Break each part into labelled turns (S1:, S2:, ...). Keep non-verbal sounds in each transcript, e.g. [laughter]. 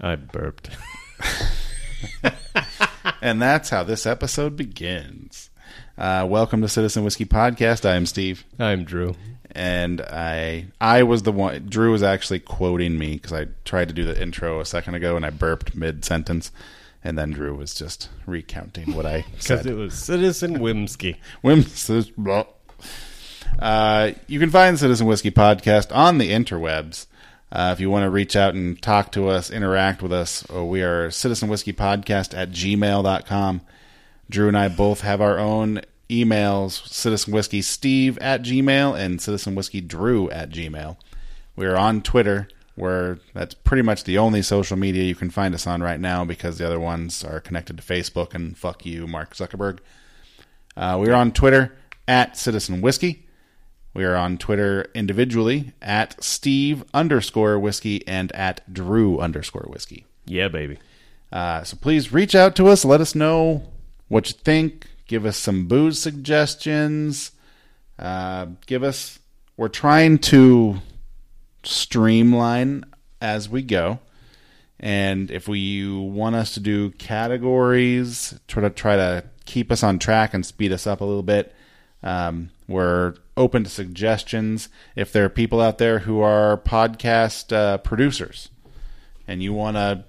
S1: I burped. [laughs]
S2: And that's how this episode begins. Uh, welcome to Citizen Whiskey Podcast. I am Steve,
S1: I'm Drew.
S2: and I I was the one. Drew was actually quoting me because I tried to do the intro a second ago and I burped mid sentence, and then Drew was just recounting what I
S1: Because
S2: said.
S1: it was
S2: [laughs]
S1: Citizen Whimsky.
S2: Whim says, blah. Uh, you can find Citizen Whiskey Podcast on the interwebs. Uh, if you want to reach out and talk to us, interact with us, uh, we are Citizen Whiskey Podcast at gmail.com. Drew and I both have our own emails Citizen Whiskey Steve at gmail and Citizen Whiskey Drew at gmail. We are on Twitter, where that's pretty much the only social media you can find us on right now because the other ones are connected to Facebook and fuck you, Mark Zuckerberg. Uh, we are on Twitter at Citizen Whiskey. We are on Twitter individually at Steve underscore whiskey and at Drew underscore whiskey.
S1: Yeah, baby.
S2: Uh, so please reach out to us. Let us know what you think. Give us some booze suggestions. Uh, give us. We're trying to streamline as we go. And if we, you want us to do categories, try to try to keep us on track and speed us up a little bit, um, we're open to suggestions. If there are people out there who are podcast uh, producers and you want to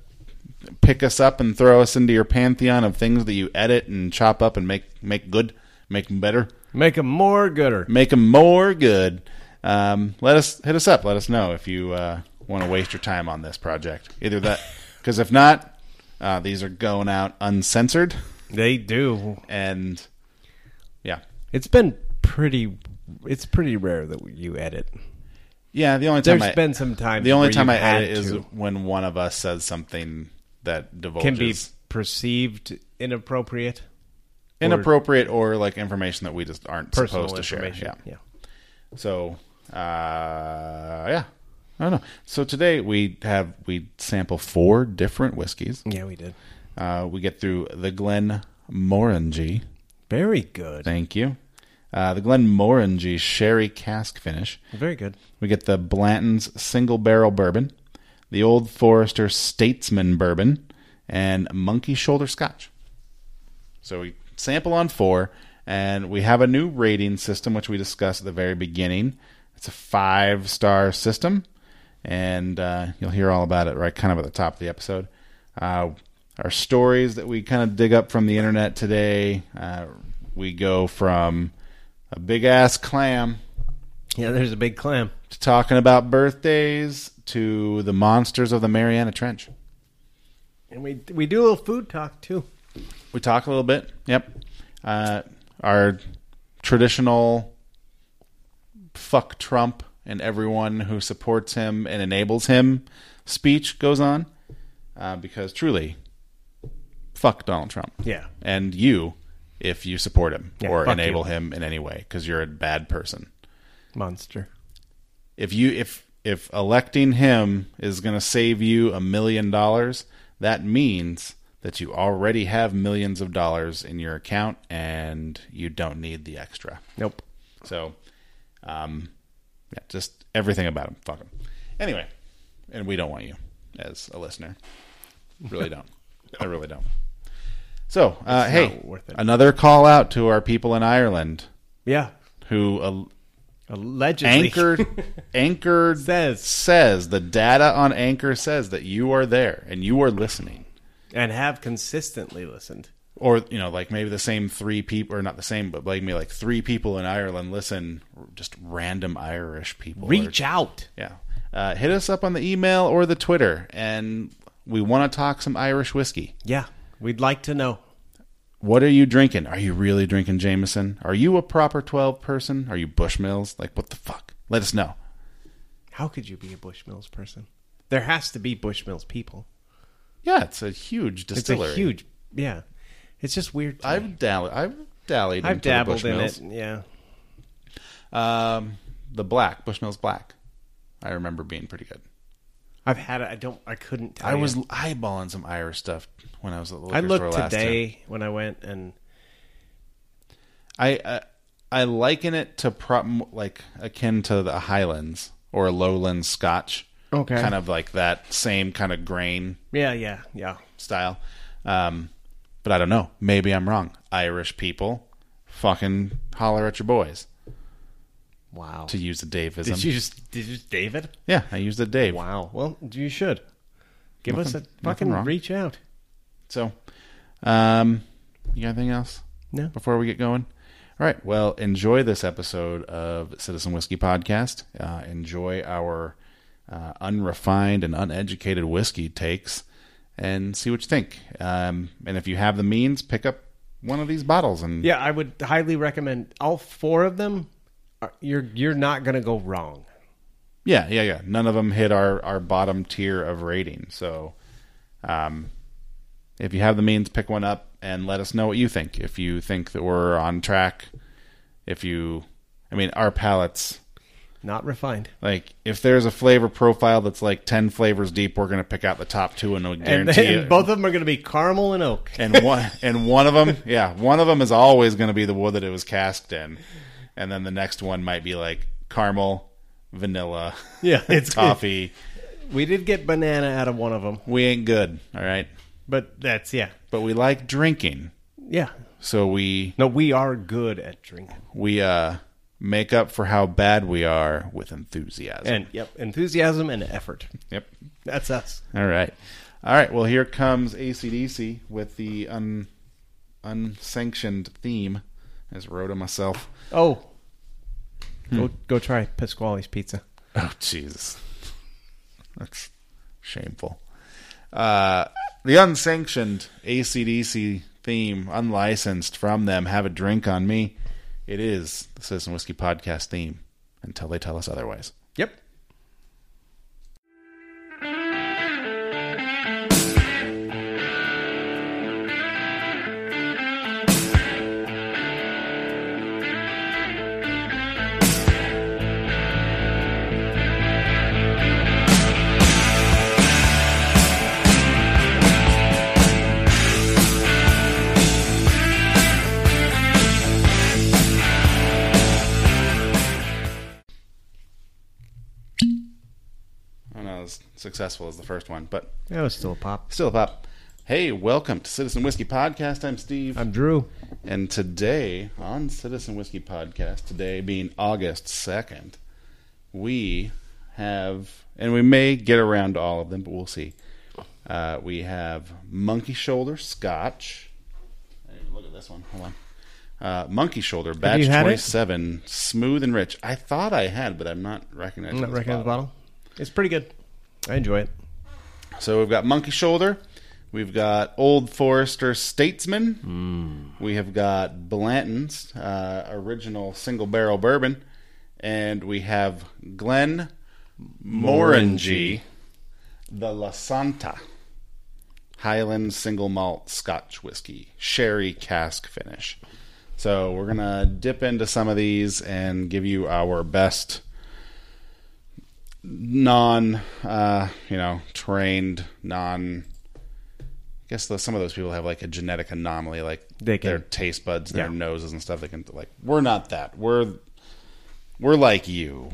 S2: pick us up and throw us into your pantheon of things that you edit and chop up and make make good, make 'em better,
S1: Make him more gooder.
S2: make 'em more good. Um, let us hit us up. Let us know if you uh, want to waste your time on this project.
S1: [laughs]
S2: Either that, because if not, uh, these are going out uncensored,
S1: They do.
S2: and yeah,
S1: It's been pretty. It's pretty rare that you edit.
S2: yeah. The only time
S1: There's
S2: I,
S1: been some times.
S2: the only
S1: where
S2: time I
S1: you've had
S2: edit is
S1: to.
S2: when one of us says something that divulges
S1: can be perceived inappropriate.
S2: inappropriate or like information that we just aren't
S1: Personal
S2: supposed to share.
S1: information.
S2: Yeah.
S1: yeah.
S2: So, uh, yeah, I don't know. So today we have we sample four different whiskeys.
S1: Yeah, we did.
S2: Uh, we get through the Glen Morangy.
S1: Very good.
S2: Thank you. Uh, the Glen Morangy sherry cask finish.
S1: Very good.
S2: We get the Blanton's single barrel bourbon, the Old Forester Statesman bourbon, and Monkey Shoulder Scotch. So we sample on four, and we have a new rating system, which we discussed at the very beginning. It's a five star system, and uh, you'll hear all about it right kind of at the top of the episode. Uh, our stories that we kind of dig up from the internet today, uh, we go from a big ass clam
S1: Yeah, there's a big clam.
S2: to talking about birthdays to the monsters of the Mariana Trench.
S1: And we we do a little food talk too.
S2: We talk a little bit. Yep. Uh, our traditional fuck Trump and everyone who supports him and enables him speech goes on uh, because truly, fuck Donald Trump.
S1: Yeah.
S2: And you if you support him
S1: Yeah,
S2: or
S1: fuck
S2: enable
S1: you.
S2: him in any way because you're a bad person.
S1: Monster.
S2: if you if if electing him is going to save you a million dollars, that means that you already have millions of dollars in your account and you don't need the extra.
S1: Nope.
S2: So, um, yeah, just everything about him. Fuck him. Anyway, and we don't want you as a listener.
S1: [laughs]
S2: Really don't. I really don't. So, uh,
S1: It's
S2: hey,
S1: not worth it.
S2: another call out to our people in Ireland
S1: Yeah.
S2: who uh,
S1: Allegedly.
S2: Anchor
S1: [laughs]
S2: Anchor
S1: Says.
S2: says the data on Anchor says that you are there and you are listening.
S1: and have consistently listened.
S2: Or you know, like maybe the same three people, or not the same, but like me, like three people in Ireland listen. Just random Irish people. or-
S1: Reach out.
S2: yeah. Uh, hit us up on the email or the Twitter, and we want to talk some Irish whiskey.
S1: Yeah. We'd like to know.
S2: What are you drinking? Are you really drinking Jameson? Are you a proper twelve person? Are you Bushmills? Like what the fuck? Let us know.
S1: How could you be a Bushmills person? There has to be Bushmills people.
S2: Yeah, it's a huge
S1: It's
S2: distillery.
S1: a huge, yeah. It's just weird. to me.
S2: I've dallied. I've dallied.
S1: I've
S2: into the
S1: dabbled in
S2: Bushmills.
S1: it. Yeah,
S2: Um, the black Bushmills black. I remember being pretty good.
S1: I've had it. I don't. I couldn't. Tell
S2: I was
S1: you.
S2: eyeballing some Irish stuff when I was at the liquor
S1: Oh, I
S2: store
S1: looked
S2: last time.
S1: today when I went, and
S2: I uh, I liken it to pro- like akin to the Highlands or Lowland Scotch,
S1: Okay.
S2: kind of like that same kind of grain
S1: Yeah, yeah, yeah.
S2: style. Um, but I don't know. Maybe I'm wrong. Irish people, fucking holler at your boys.
S1: Wow.
S2: To use a Daveism.
S1: Did you just did you just David?
S2: yeah, I used a Dave.
S1: Wow. Well, you should give us a
S2: Nothing- nothing
S1: fucking
S2: wrong.
S1: reach out.
S2: So, um, you got anything else?
S1: No.
S2: Before we get going? All right. Well, enjoy this episode of Citizen Whiskey Podcast. Uh, enjoy our uh, unrefined and uneducated whiskey takes and see what you think. Um, and if you have the means, pick up one of these bottles and
S1: Yeah, I would highly recommend all four of them. Are, you're you're not gonna go wrong.
S2: Yeah, yeah, yeah. None of them hit our, our bottom tier of rating. So, um, if you have the means, pick one up and let us know what you think. If you think that we're on track, if you, I mean, our palates,
S1: Not refined.
S2: like, if there's a flavor profile that's like 10 flavors deep, we're going to pick out the top two and we
S1: And,
S2: guarantee
S1: then
S2: it.
S1: both of them are gonna be caramel and oak.
S2: and one and one of them, yeah, one of them is always going to be the wood that it was cast in, and then the next one might be like caramel, vanilla,
S1: Yeah, [laughs] it's
S2: coffee.
S1: We did get banana out of one of them,
S2: We ain't good, all right.
S1: but that's yeah,
S2: but we like drinking.
S1: yeah.
S2: So we
S1: No, we are good at drinking,
S2: we uh make up for how bad we are with enthusiasm.
S1: and yep, enthusiasm and effort.
S2: yep.
S1: That's us.
S2: All right. All right. Well, here comes ACDC with the un unsanctioned theme. I just wrote it myself.
S1: Oh, go go try Pasquale's pizza.
S2: Oh Jesus, [laughs] that's shameful. Uh, the unsanctioned ACDC theme, unlicensed from them. Have a drink on me. It is the Citizen Whiskey Podcast theme until they tell us otherwise.
S1: Yep.
S2: I don't know as successful as the first one, but
S1: That was still a pop.
S2: still a pop. Hey, welcome to Citizen Whiskey Podcast. I'm Steve.
S1: I'm Drew.
S2: And today on Citizen Whiskey Podcast, today being August 2nd, we have, and we may get around to all of them, but we'll see. Uh, we have Monkey Shoulder Scotch. I didn't even look at this one. Hold on. Uh, Monkey Shoulder, batch
S1: you had it?
S2: 27, smooth and rich. I thought I had, but I'm not recognizing
S1: I'm not
S2: this
S1: recognizing the
S2: bottle.
S1: bottle. It's pretty good. I enjoy it.
S2: So we've got Monkey Shoulder. We've got Old Forester Statesman. We have got Blanton's uh, original single barrel bourbon. And we have Glen Morangy, the La Santa Highland single malt Scotch whiskey, sherry cask finish. So we're going to dip into some of these and give you our best non uh you know trained non i guess the, some of those people have like a genetic anomaly like
S1: They can-
S2: their taste buds and their
S1: Yeah.
S2: noses and stuff they can like we're not that we're we're like you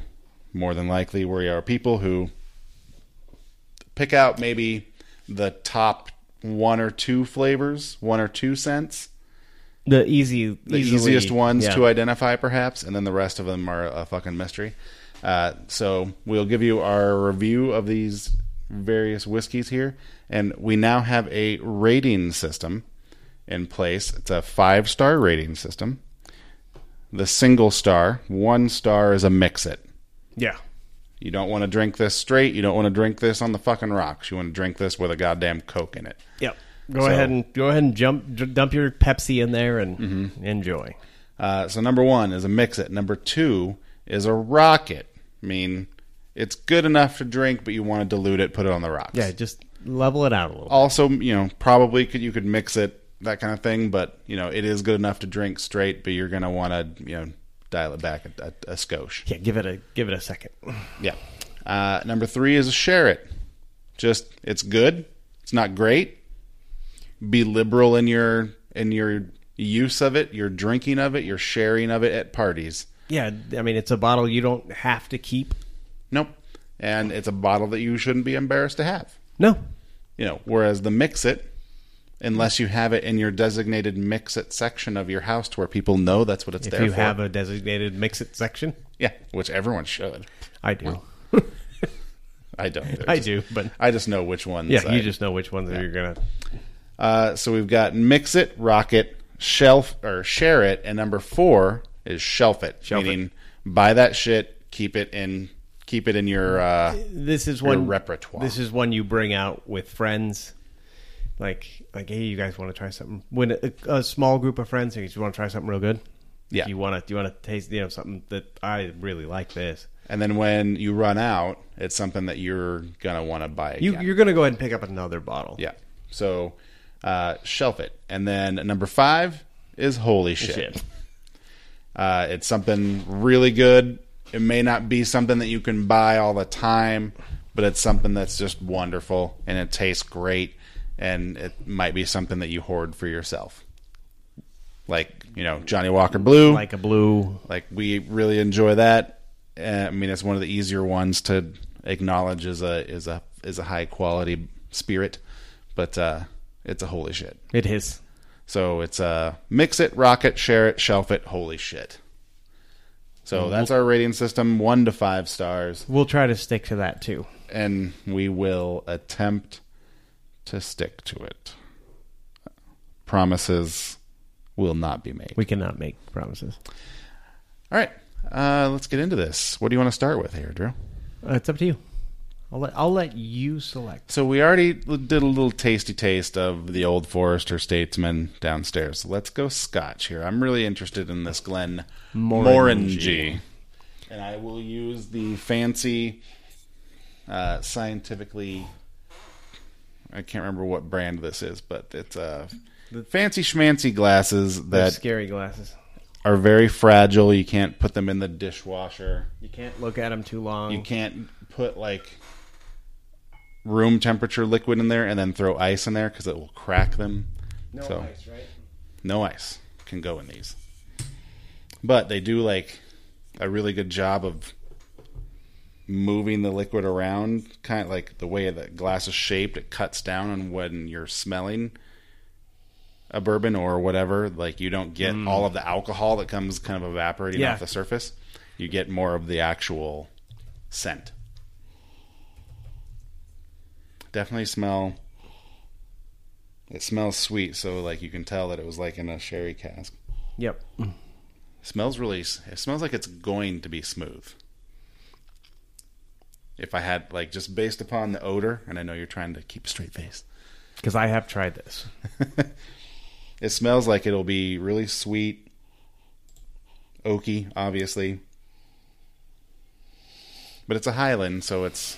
S2: more than likely we are people who pick out maybe the top one or two flavors one or two scents
S1: The easy,
S2: the easiest ones to identify, perhaps, and then the rest of them are a fucking mystery. Uh, so we'll give you our review of these various whiskeys here, and we now have a rating system in place. It's a five star rating system. The single star, one star is a mix it.
S1: yeah.
S2: You don't want to drink this straight. You don't want to drink this on the fucking rocks. You want to drink this with a goddamn Coke in it.
S1: Yep. Go
S2: So-
S1: ahead and go ahead and jump d- dump your Pepsi in there and enjoy.
S2: Uh, so number one is a mix it. Number two is a rocket. I mean, it's good enough to drink, but you want to dilute it, put it on the rocks.
S1: Yeah, just level it out a little.
S2: Also, you know, probably could you could mix it that kind of thing, but you know, it is good enough to drink straight, but you're gonna want to you know dial it back a, a, a skosh.
S1: Yeah, give it a give it a second.
S2: Yeah. Uh, number three is a share it. Just it's good. It's not great. Be liberal in your in your use of it, your drinking of it, your sharing of it at parties.
S1: Yeah, I mean it's a bottle you don't have to keep.
S2: Nope. and it's a bottle that you shouldn't be embarrassed to have.
S1: No.
S2: You know, whereas the mix it, unless you have it in your designated mix it section of your house to where people know that's what it's
S1: If
S2: there
S1: you
S2: for.
S1: have a designated mix it section,
S2: yeah, which everyone should.
S1: I do.
S2: I don't. They're
S1: [laughs] I
S2: just-
S1: do, but
S2: I just know which ones.
S1: yeah,
S2: I-
S1: you just know which ones you're gonna.
S2: Uh, so we've got mix it, rocket, shelf or share it, and number four is shelf it,
S1: Shelf it.
S2: meaning buy that shit, keep it in, keep it in your uh,
S1: This is
S2: your
S1: one
S2: repertoire.
S1: This is one you bring out with friends. Like, like, hey, you guys want to try something? When a, a small group of friends, you want to try something real good.
S2: Yeah.
S1: you want to, you want to taste, you know, something that I really like. This,
S2: and then when you run out, it's something that you're gonna want to buy
S1: you,
S2: again.
S1: you're gonna go ahead and pick up another bottle.
S2: yeah. So uh, shelf it, and then number five is holy shit.
S1: Shit.
S2: Uh, it's something really good. It may not be something that you can buy all the time, but it's something that's just wonderful and it tastes great. And it might be something that you hoard for yourself. Like, you know, Johnny Walker Blue. Like,
S1: like a blue.
S2: we really enjoy that. Uh, I mean, it's one of the easier ones to acknowledge as a is a is a high quality spirit, but uh, it's a holy shit.
S1: It is.
S2: So it's uh, mix it, rocket, share it, shelf it, holy shit. So that's our rating system, one to five stars,
S1: We'll try to stick to that too.
S2: and we will attempt to stick to it. Promises will not be made.
S1: We cannot make promises.
S2: All right, uh, let's get into this. What do you want to start with here, Drew?
S1: Uh, it's up to you. I'll let I'll let you select.
S2: So we already did a little tasty taste of the old Forester Statesman downstairs. So let's go Scotch here. I'm really interested in this Glen Morangy, and I will use the fancy, uh, scientifically. I can't remember what brand this is, but it's uh, fancy schmancy glasses that
S1: Scary glasses.
S2: are very fragile. You can't put them in the dishwasher.
S1: You can't look at them too long.
S2: You can't put like room temperature liquid in there and then throw ice in there because it will crack them. so
S1: right?
S2: no ice can go in these. But they do like a really good job of moving the liquid around, kind of like the way that glass is shaped. It cuts down on when you're smelling a bourbon or whatever. Like you don't get all of the alcohol that comes kind of evaporating
S1: Yeah.
S2: off the surface. You get more of the actual scent. Definitely smell. It smells sweet, so like you can tell that it was like in a sherry cask.
S1: Yep.
S2: Smells really. It smells like it's going to be smooth. If I had like just based upon the odor, and I know you're trying to keep a straight face,
S1: Because I have tried this.
S2: it smells like it'll be really sweet, oaky, obviously. But it's a Highland, so it's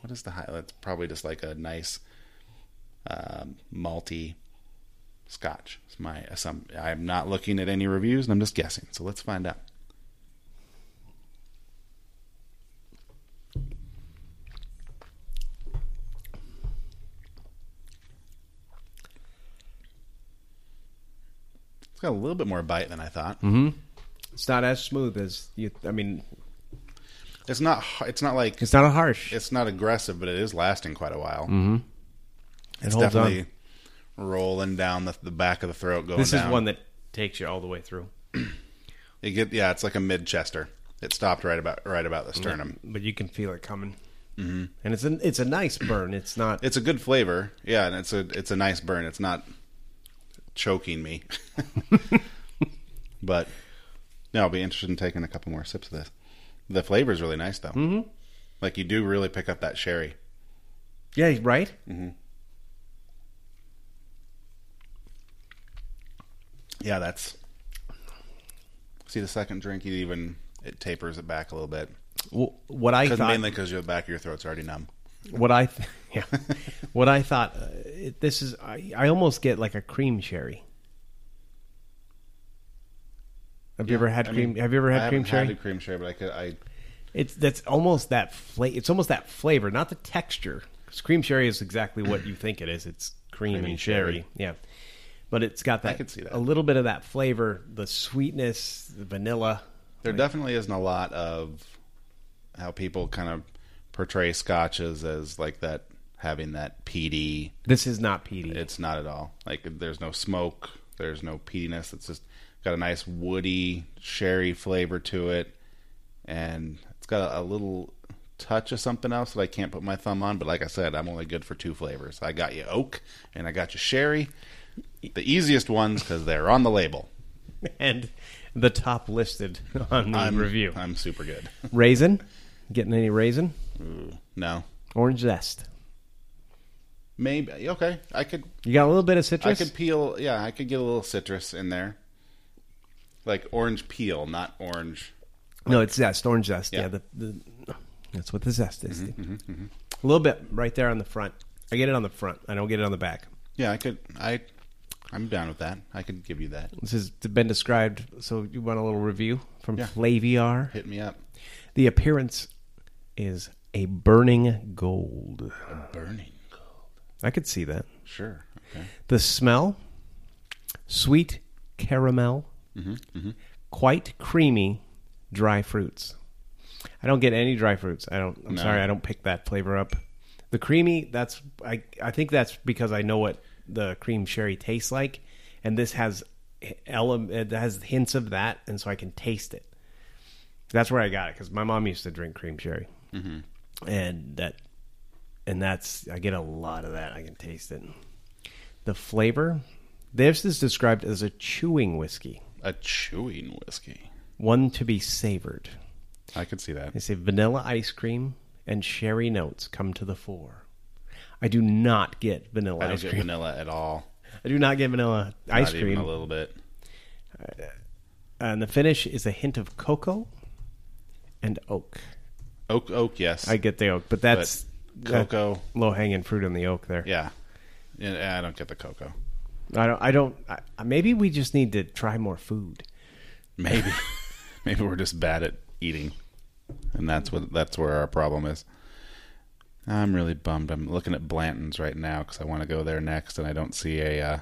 S2: what is the Highland? It's probably just like a nice um, malty Scotch. It's my assump- I'm not looking at any reviews, and I'm just guessing. So let's find out. It's got a little bit more bite than I thought.
S1: It's not as smooth as you. I mean,
S2: It's not. h- It's not like
S1: it's not a harsh.
S2: it's not aggressive, but it is lasting quite a while.
S1: Mm-hmm. It
S2: It's
S1: holds on.
S2: definitely rolling down the, the back of the throat. Going
S1: This is
S2: down.
S1: one that takes you all the way through.
S2: It get yeah, it's like a mid chester. It stopped right about right about
S1: Mm-hmm.
S2: the sternum.
S1: but you can feel it coming. Mm-hmm. And it's an it's a nice burn. It's not
S2: It's a good flavor, yeah, and it's a it's a nice burn. It's not choking me, [laughs] but no, I'll be interested in taking a couple more sips of this. The flavor is really nice though. Mm-hmm. Like you do really pick up that sherry.
S1: yeah right.
S2: Mm. Yeah, that's see the second drink. It even it tapers it back a little bit
S1: W What I
S2: because
S1: thought
S2: mainly because your back of your throat's already numb.
S1: what I th- [laughs] yeah what I thought uh, it, this is I, I almost get like a cream sherry. Have you ever had
S2: I
S1: cream?
S2: mean,
S1: have you ever
S2: I
S1: had cream
S2: haven't had
S1: sherry?
S2: a cream sherry, but I could. I
S1: It's that's almost that fla- It's almost that flavor, not the texture. 'Cause cream sherry is exactly what you think it is. It's cream
S2: mean
S1: and sherry.
S2: sherry.
S1: Yeah, but it's got that,
S2: could see that.
S1: a little bit of that flavor, the sweetness, the vanilla.
S2: There definitely isn't a lot of how people kind of portray scotches as like that having that peaty.
S1: This is not peaty.
S2: It's not at all. Like there's no smoke. There's no peatiness. It's just got a nice woody sherry flavor to it, and it's got a, a little touch of something else that I can't put my thumb on. But like I said, I'm only good for two flavors. I got you oak, and I got you sherry. The easiest ones because they're on the label.
S1: [laughs] and the top
S2: [laughs]
S1: listed on the
S2: I'm [laughs]
S1: review.
S2: I'm super good.
S1: Raisin. Getting any raisin?
S2: No,
S1: Orange zest.
S2: maybe okay. I could
S1: You got a little bit of citrus.
S2: I could peel. Yeah, I could get a little citrus in there, like orange peel, not orange.
S1: no, it's zest. Orange zest. Yeah,
S2: Yeah. Mm-hmm,
S1: the, the, that's what the zest is. A little bit right there on the front. I get it on the front. I don't get it on the back.
S2: Yeah, I could. I, I'm down with that. I could give you that.
S1: This has been described. So you want a little review from
S2: Yeah.
S1: Flaviar?
S2: Hit me up.
S1: The appearance is a burning gold.
S2: Burning.
S1: I could see that.
S2: Sure. Okay.
S1: The smell, sweet caramel, quite creamy, dry fruits. I don't get any dry fruits. I don't. I'm
S2: No.
S1: sorry, I don't pick that flavor up. The creamy. That's I. I think that's because I know what the cream sherry tastes like, and this has ele- it has hints of that, and so I can taste it. That's where I got it because my mom used to drink cream sherry, and that, and that's I get a lot of that. I can taste it. The flavor. This is described as a chewing whiskey,
S2: A chewing whiskey.
S1: one to be savored.
S2: I could see that.
S1: They say vanilla ice cream and sherry notes come to the fore. I do not get vanilla
S2: I don't
S1: ice
S2: get
S1: cream.
S2: vanilla at all.
S1: I do not get vanilla ice
S2: not even a
S1: cream.
S2: little bit.
S1: And the finish is a hint of cocoa and oak.
S2: Oak. Oak. Yes.
S1: I get the oak, but that's
S2: cocoa.
S1: low hanging fruit on the oak there.
S2: Yeah. Yeah. I don't get the cocoa.
S1: I don't. I don't. I, maybe we just need to try more food.
S2: Maybe. [laughs] Maybe we're just bad at eating. And that's what that's where our problem is. I'm really bummed. I'm looking at Blanton's right now because I want to go there next, and I don't see a uh,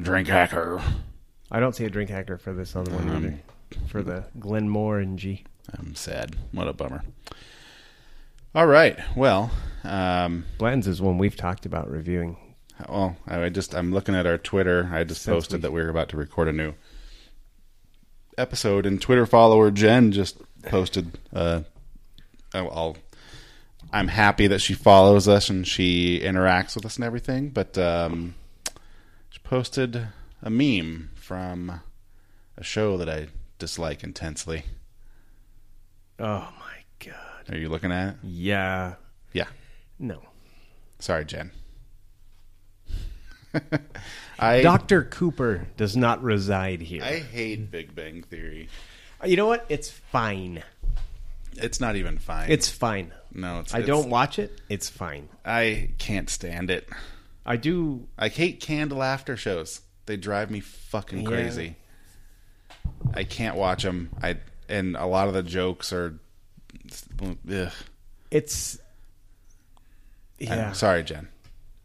S2: drink hacker.
S1: I don't see a drink hacker for this other one either. For the Glenmore and G.
S2: I'm sad. What a bummer. All right. Well, um,
S1: Blanton's is one we've talked about reviewing.
S2: well, I just I'm looking at our Twitter. I just
S1: Since
S2: posted
S1: we-
S2: that we were about to record a new episode, and Twitter follower Jen just posted. Uh, I'll- I'll. I'm happy that she follows us and she interacts with us and everything, but um, she posted a meme from a show that I dislike intensely.
S1: Oh my god.
S2: Are you looking at it?
S1: Yeah.
S2: Yeah.
S1: No.
S2: Sorry, Jen. [laughs] I
S1: Dr. Cooper does not reside here.
S2: I hate Big Bang Theory.
S1: you know what? It's fine.
S2: It's not even fine.
S1: It's fine.
S2: no. It's,
S1: I
S2: it's-
S1: don't watch it. It's fine.
S2: I can't stand it.
S1: I do.
S2: I hate canned laughter shows. They drive me fucking
S1: Yeah.
S2: crazy. I can't watch them. I and a lot of the jokes are. Ugh.
S1: It's. Yeah.
S2: I'm sorry, Jen.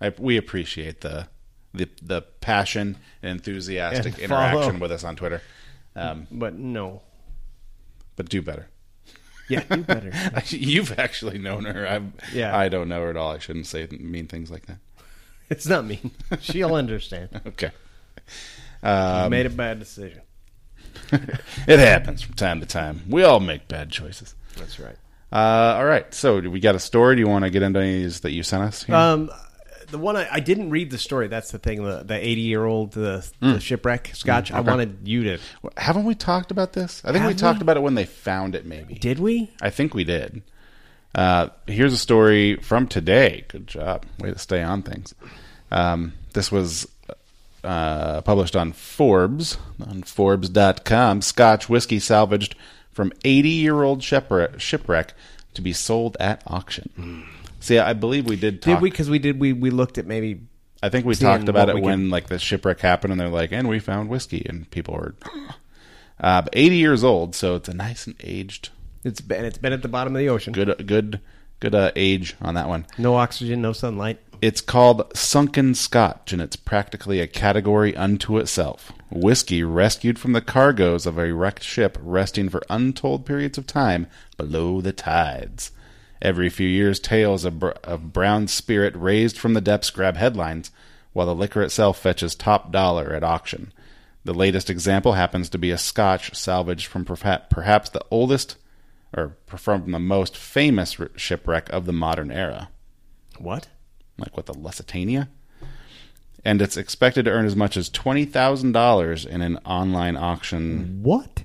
S2: I, we appreciate the the the passion and enthusiastic
S1: And follow.
S2: interaction with us on Twitter, um,
S1: But no.
S2: but do better.
S1: Yeah, you better.
S2: [laughs] You've actually known her. I'm,
S1: Yeah.
S2: I don't know her at all. I shouldn't say mean things like that.
S1: it's not me. She'll understand.
S2: Okay. [laughs]
S1: I made a bad decision.
S2: it happens from time to time. We all make bad choices.
S1: That's right.
S2: Uh, all right. So do we got a story. Do you want to get into any of these that you sent us? Here?
S1: Um, the one I, I didn't read the story. That's the thing. The the eighty year old the, the shipwreck Scotch. I wanted you to.
S2: Haven't we talked about this? I think we
S1: Have
S2: talked
S1: we?
S2: about it when they found it. Maybe.
S1: Did we?
S2: I think we did. Uh, here's a story from today. Good job. Way to stay on things. Um, this was uh, published on Forbes, on Forbes.com. Scotch whiskey salvaged from 80 year old shipwreck, shipwreck to be sold at auction. See, I believe we did talk.
S1: Hmm. Did we? Because we did. We we looked at maybe.
S2: I think we
S1: See,
S2: talked
S1: and
S2: about
S1: what
S2: it
S1: we
S2: when like the shipwreck happened, and they're like, "And we found whiskey," and people were [gasps] uh, but 80 years old, so it's a nice and aged,
S1: It's been it's been at the bottom of the ocean.
S2: good, good, good uh, age on that one.
S1: No oxygen, no sunlight.
S2: It's called Sunken Scotch, and it's practically a category unto itself. Whiskey rescued from the cargoes of a wrecked ship resting for untold periods of time below the tides. Every few years, tales of, br- of brown spirit raised from the depths grab headlines, while the liquor itself fetches top dollar at auction. The latest example happens to be a Scotch salvaged from perha- perhaps the oldest or from the most famous r- shipwreck of the modern era
S1: What?
S2: like what the Lusitania, and it's expected to earn as much as twenty thousand dollars in an online auction.
S1: What?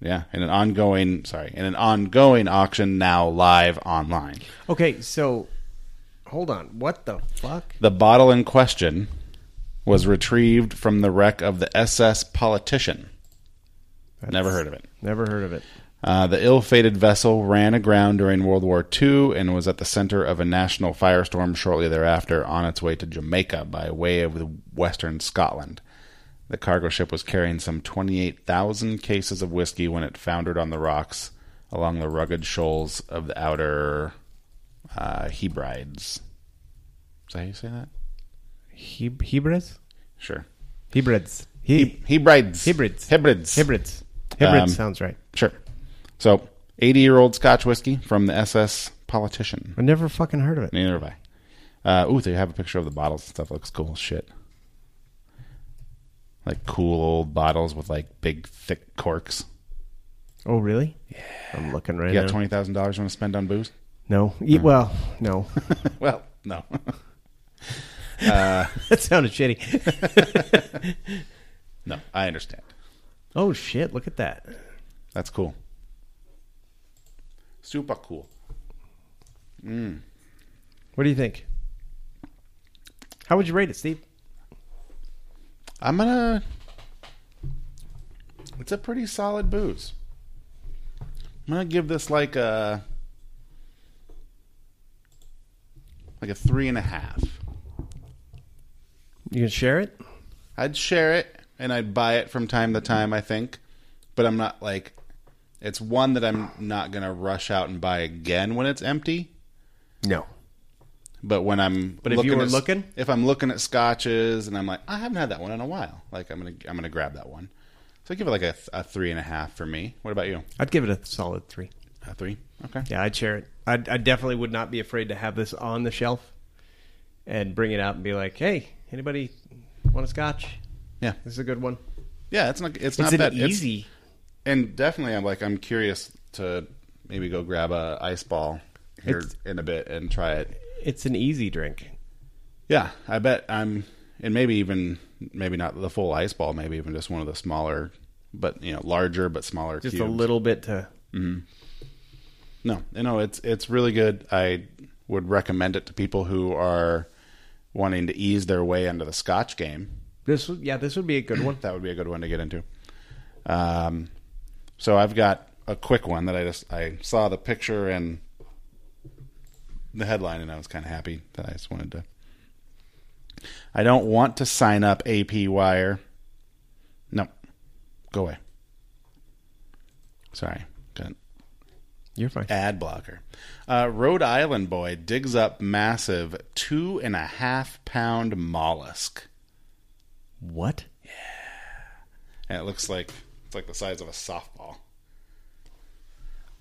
S2: Yeah, in an ongoing sorry, in an ongoing auction now live online.
S1: Okay, so hold on. What the fuck?
S2: The bottle in question was retrieved from the wreck of the SS Politician. Never heard of it.
S1: Never heard of it.
S2: Uh, the ill-fated vessel ran aground during World War II and was at the center of a national firestorm shortly thereafter on its way to Jamaica by way of western Scotland. The cargo ship was carrying some 28,000 cases of whiskey when it foundered on the rocks along the rugged shoals of the outer uh, Hebrides. Is that how you say that?
S1: He- Hebrides?
S2: Sure.
S1: Hebrides. He-
S2: Hebrides.
S1: Hebrides.
S2: Hebrides.
S1: Hebrides. Hebrides
S2: Um,
S1: sounds right.
S2: Sure. So, 80-year-old Scotch whiskey from the SS Politician.
S1: I never fucking heard of it.
S2: Neither have I. Uh, ooh, they have a picture of the bottles and stuff. Looks cool as shit. Like cool old bottles with like big thick corks.
S1: Oh, really? Yeah. I'm looking right
S2: You got
S1: now.
S2: twenty thousand dollars you want to spend on booze? [laughs]
S1: no. E- well, no. [laughs]
S2: well, no. [laughs]
S1: that sounded shitty.
S2: no, I understand.
S1: Oh, shit. Look at that.
S2: That's cool. Super cool.
S1: What do you think? How would you rate it, Steve?
S2: I'm gonna. It's a pretty solid booze. I'm gonna give this like a like a three and a half.
S1: You can share it?
S2: I'd share it and I'd buy it from time to time, I think. But I'm not like it's one that I'm not going to rush out and buy again when it's empty.
S1: No.
S2: But when I'm
S1: But if you were
S2: at-
S1: looking?
S2: if I'm looking at scotches and I'm like, I haven't had that one in a while. Like I'm gonna I'm gonna grab that one. So I give it like a, th- a three and a half for me. What about you?
S1: I'd give it a solid three.
S2: A three? Okay.
S1: Yeah, I'd share it. I, I definitely would not be afraid to have this on the shelf and bring it out and be like, "Hey, anybody want a scotch?
S2: Yeah.
S1: This is a good one.
S2: Yeah. It's not.
S1: It's
S2: It's, not
S1: an
S2: that it's-
S1: easy.
S2: and definitely, I'm like I'm curious to maybe go grab a ice ball here
S1: It's-
S2: in a bit and try it.
S1: It's, an easy drink.
S2: Yeah, I bet I'm, and maybe even maybe not the full ice ball, maybe even just one of the smaller, but you know, larger but smaller.
S1: Just a
S2: cubes.
S1: little bit to.
S2: No, you know, it's it's really good. I would recommend it to people who are wanting to ease their way into the Scotch game.
S1: This would- yeah, this would be a good
S2: [clears throat]
S1: one.
S2: That would be a good one to get into. Um, so I've got a quick one that I just I saw the picture and the headline, and I was kind of happy that I just wanted to. I don't want to sign up AP Wire. No, go away. Sorry, got an
S1: You're fine.
S2: ad blocker. Uh, Rhode Island boy digs up massive two and a half pound mollusk.
S1: What?
S2: and it looks like it's like the size of a softball.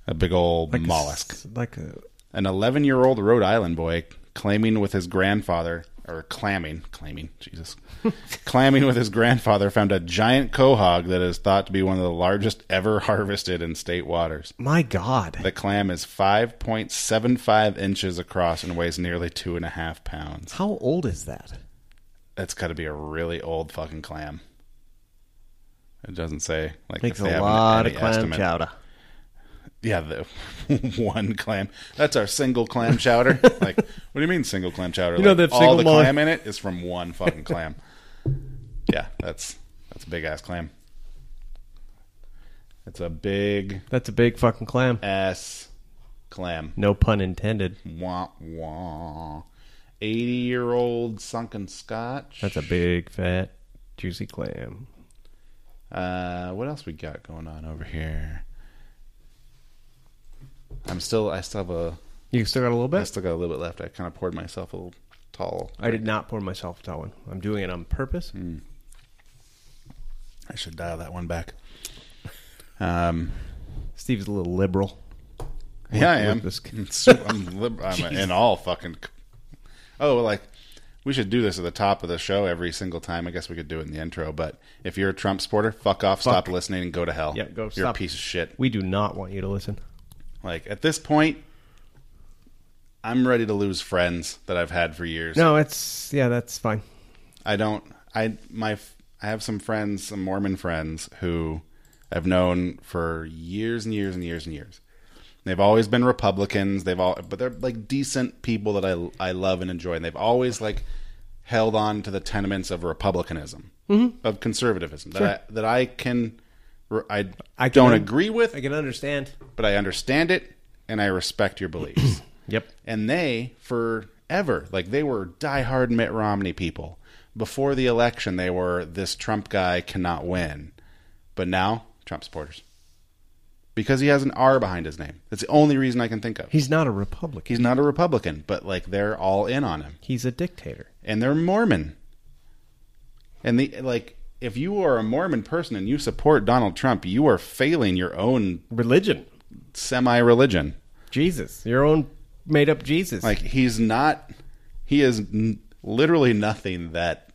S2: A big old
S1: Like a s-
S2: mollusk.
S1: like a
S2: An 11 year old Rhode Island boy claiming with his grandfather, or clamming, claiming, Jesus,
S1: [laughs]
S2: clamming with his grandfather found a giant quahog that is thought to be one of the largest ever harvested in state waters.
S1: my god.
S2: The clam is 5.75 inches across and weighs nearly two and a half pounds.
S1: How old is that?
S2: That's got to be a really old fucking clam. It doesn't say. Like,
S1: Makes
S2: if they
S1: a
S2: have
S1: lot
S2: any
S1: of clam
S2: estimate.
S1: chowder.
S2: Yeah, the [laughs] one clam. That's our single clam
S1: [laughs]
S2: chowder. like, what do you mean single clam chowder?
S1: You know,
S2: Like,
S1: that
S2: all
S1: single
S2: the
S1: malt-
S2: clam in it is from one fucking clam. yeah, that's that's a big ass clam. It's a big
S1: That's a big fucking clam.
S2: ass clam.
S1: No pun intended.
S2: Wah wah. Eighty year old sunken Scotch.
S1: That's a big fat juicy clam.
S2: Uh, what else we got going on over here? I'm still. I still have a.
S1: You still got a little
S2: I
S1: bit?
S2: still got a little bit left. I kind of poured myself a little tall.
S1: I did not pour myself that one. I'm doing it on purpose.
S2: I should dial that one back. Um,
S1: Steve's a little liberal.
S2: Yeah, I am.
S1: This-
S2: [laughs] I'm su- I'm, lib-
S1: [laughs]
S2: I'm in all fucking. c- Oh, well, like we should do this at the top of the show every single time. I guess we could do it in the intro. But if you're a Trump supporter, fuck off, stop listening, and go to hell.
S1: Yeah, go
S2: You're
S1: stop.
S2: a piece of shit.
S1: We do not want you to listen.
S2: Like at this point, I'm ready to lose friends that I've had for years.
S1: No, it's yeah, that's fine.
S2: I don't. I my f- I have some friends, some Mormon friends who I've known for years and years and years and years. They've always been Republicans. They've all, but they're like decent people that I I love and enjoy, and they've always like held on to the tenements of Republicanism,
S1: Mm-hmm.
S2: of conservatism that I, that I can. re- I,
S1: I
S2: don't
S1: can-
S2: agree with,
S1: I can understand.
S2: but I understand it and I respect
S1: [clears throat]
S2: your beliefs.
S1: Yep.
S2: and they forever like they were diehard Mitt Romney people. Before the election, they were this Trump guy cannot win, but now Trump supporters because he has an R behind his name. That's the only reason I can think of.
S1: He's not a Republican.
S2: He's not a Republican, but like they're all in on him,
S1: He's a dictator.
S2: and they're Mormon. And the like, if you are a Mormon person and you support Donald Trump, you are failing your own
S1: Religion.
S2: semi-religion.
S1: Jesus. Your own made up Jesus.
S2: Like he's not. He is n- literally nothing that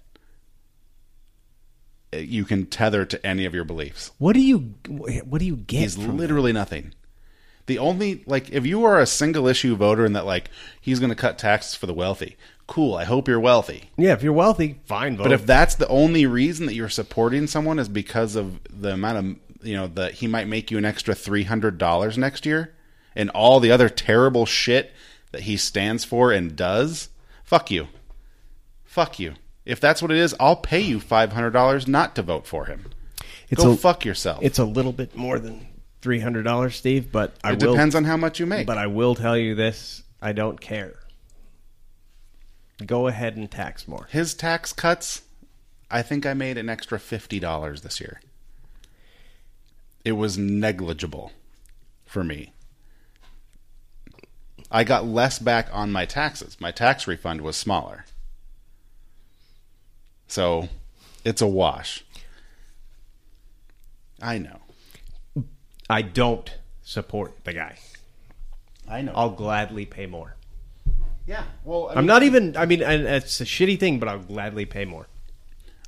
S2: you can tether to any of your beliefs.
S1: what do you what do you get?
S2: He's
S1: from-
S2: literally nothing. The only like if you are a single issue voter and that like he's going to cut taxes for the wealthy, cool. I hope you're wealthy.
S1: yeah, if you're wealthy, fine vote.
S2: But if that's the only reason that you're supporting someone is because of the amount of you know that he might make you an extra three hundred dollars next year, and all the other terrible shit that he stands for and does, fuck you, fuck you. If that's what it is, I'll pay you five hundred dollars not to vote for him.
S1: It's
S2: Go
S1: a-
S2: fuck yourself.
S1: it's a little bit more than three hundred dollars, Steve, but I
S2: it
S1: will
S2: depends on how much you make.
S1: but I will tell you this, I don't care. Go ahead and tax more.
S2: His tax cuts, I think I made an extra fifty dollars this year. It was negligible for me. I got less back on my taxes. My tax refund was smaller. So it's a wash. I know.
S1: I don't support the guy.
S2: I know.
S1: I'll gladly pay more.
S2: yeah. Well, I,
S1: I'm
S2: mean,
S1: not even. I mean, and it's a shitty thing, but I'll gladly pay more.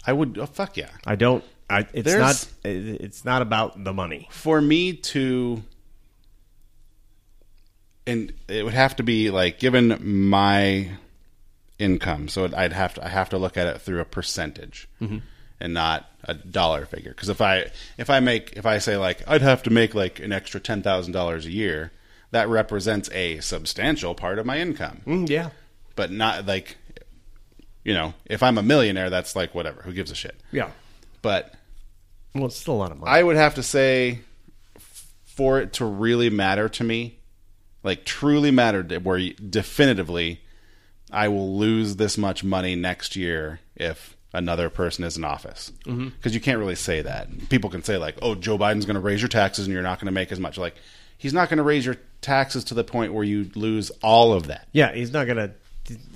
S2: I would. Oh, fuck yeah.
S1: I don't. I, it's
S2: There's-
S1: not. it- It's not about the money.
S2: for me to and it would have to be like given my income so i'd have to i have to look at it through a percentage and not a dollar figure because if i if i make if i say like i'd have to make like an extra $10000 a year that represents a substantial part of my income
S1: Mm, yeah.
S2: but not like you know if i'm a millionaire that's like whatever who gives a shit
S1: Yeah.
S2: but
S1: Well, it's still a lot of money.
S2: I would have to say, for it to really matter to me, like truly matter, to- where you- definitively, I will lose this much money next year if another person is in office. Because
S1: Mm-hmm.
S2: you can't really say that. People can say like, "Oh, Joe Biden's going to raise your taxes, and you're not going to make as much." Like, he's not going to raise your taxes to the point where you lose all of that.
S1: yeah, he's not gonna.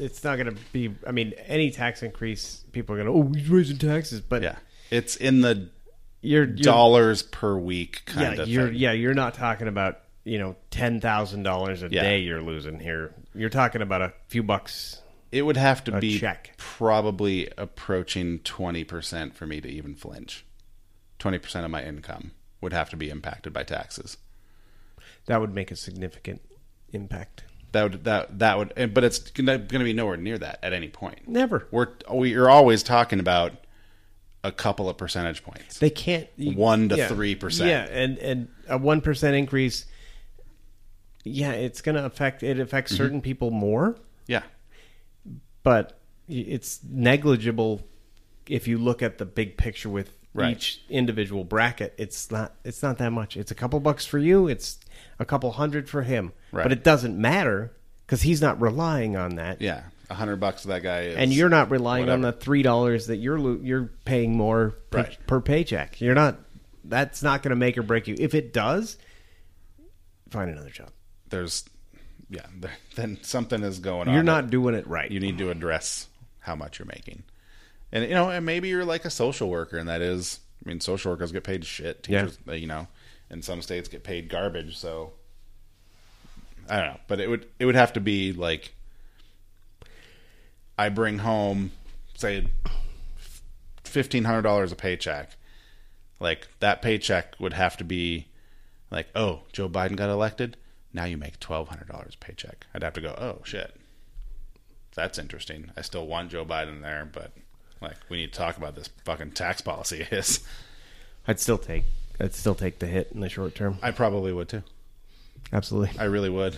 S1: It's not gonna be. I mean, any tax increase, people are gonna. Oh, he's raising taxes, but
S2: Yeah, it's in the
S1: you're, you're
S2: dollars per week
S1: Yeah,
S2: kind of
S1: you're.
S2: thing.
S1: Yeah, you're not talking about you know ten thousand dollars a
S2: Yeah.
S1: day you're losing here. You're talking about a few bucks.
S2: It would have to be
S1: check.
S2: probably approaching 20% for me to even flinch. 20% of my income would have to be impacted by taxes.
S1: That would make a significant impact.
S2: That would that that would eh, but it's going to be nowhere near that at any point.
S1: Never.
S2: We're we're always talking about a couple of percentage points.
S1: They can't you-
S2: One to
S1: yeah.
S2: 3%.
S1: Yeah, and and a one percent increase. Yeah, it's going to affect it affects
S2: Mm-hmm.
S1: certain people more,
S2: Yeah.
S1: but y- it's negligible if you look at the big picture with
S2: Right.
S1: each individual bracket. It's not it's not that much. It's a couple bucks for you. It's a couple hundred for him,
S2: Right.
S1: but it doesn't matter because he's not relying on that.
S2: Yeah. A 100 bucks to that guy is
S1: And you're not relying on the
S2: whatever.
S1: three dollars that you're lo- you're paying more per,
S2: Right.
S1: per paycheck. You're not. That's not going to make or break you. If it does, find another job.
S2: there's yeah, [laughs] there, then something is going on.
S1: You're
S2: that-
S1: not doing it right.
S2: Uh, you need to address how much you're making. And you know, and maybe you're like a social worker, and that is, I mean, social workers get paid shit.
S1: Yeah.
S2: Teachers, they- you know, in some states get paid garbage. So I don't know, but it would it would have to be like I bring home say fifteen hundred dollars a paycheck. Like that paycheck would have to be like, oh, Joe Biden got elected. Now you make twelve hundred dollars paycheck. I'd have to go, oh shit, that's interesting. I still want Joe Biden there, but like we need to talk about this fucking tax policy of his.
S1: I'd still take I'd still take the hit in the short term.
S2: I probably would too.
S1: Absolutely.
S2: I really would.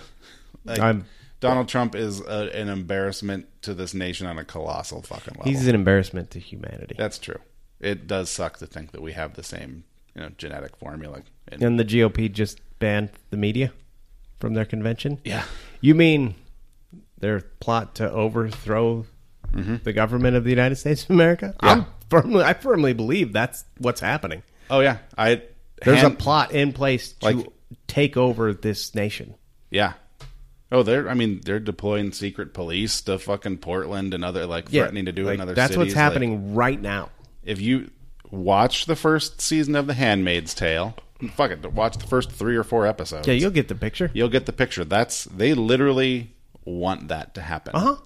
S2: Like,
S1: I'm-
S2: Donald Trump is a, an embarrassment to this nation on a colossal fucking level.
S1: He's an embarrassment to humanity.
S2: That's true. It does suck to think that we have the same, you know, genetic formula. And,
S1: And the GOP just banned the media from their convention.
S2: yeah.
S1: You mean their plot to overthrow
S2: Mm-hmm.
S1: the government of the United States of America? I'm firmly, I firmly believe that's what's happening.
S2: Oh yeah. I
S1: There's
S2: hand-
S1: a plot in place to
S2: Like-
S1: take over this nation.
S2: Yeah. Oh, they're. I mean, they're deploying secret police to fucking Portland and other like threatening to do it
S1: like,
S2: in other.
S1: That's what's
S2: cities, like,
S1: happening right now.
S2: if you watch the first season of The Handmaid's Tale, fuck it, watch the first three or four episodes.
S1: Yeah, you'll get the picture.
S2: you'll get the picture. That's they literally want that to happen.
S1: Uh huh.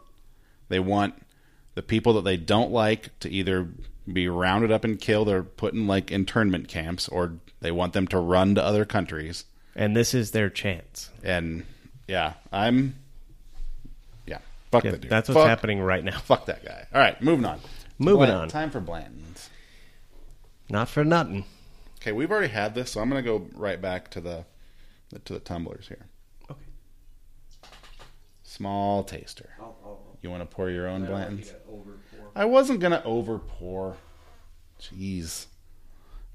S2: They want the people that they don't like to either be rounded up and killed or put in like internment camps, or they want them to run to other countries.
S1: And this is their chance.
S2: And yeah, I'm yeah, fuck
S1: Yeah,
S2: the dude.
S1: that's what's
S2: Fuck-
S1: happening right now.
S2: Fuck that guy. All right, moving on.
S1: Moving
S2: Bland-
S1: on.
S2: Time for Blanton's.
S1: Not for nothing.
S2: Okay, we've already had this, so I'm going to go right back to the to the tumblers here.
S1: Okay.
S2: Small taster. you want to pour your own Blantons? I wasn't going to over pour. Jeez.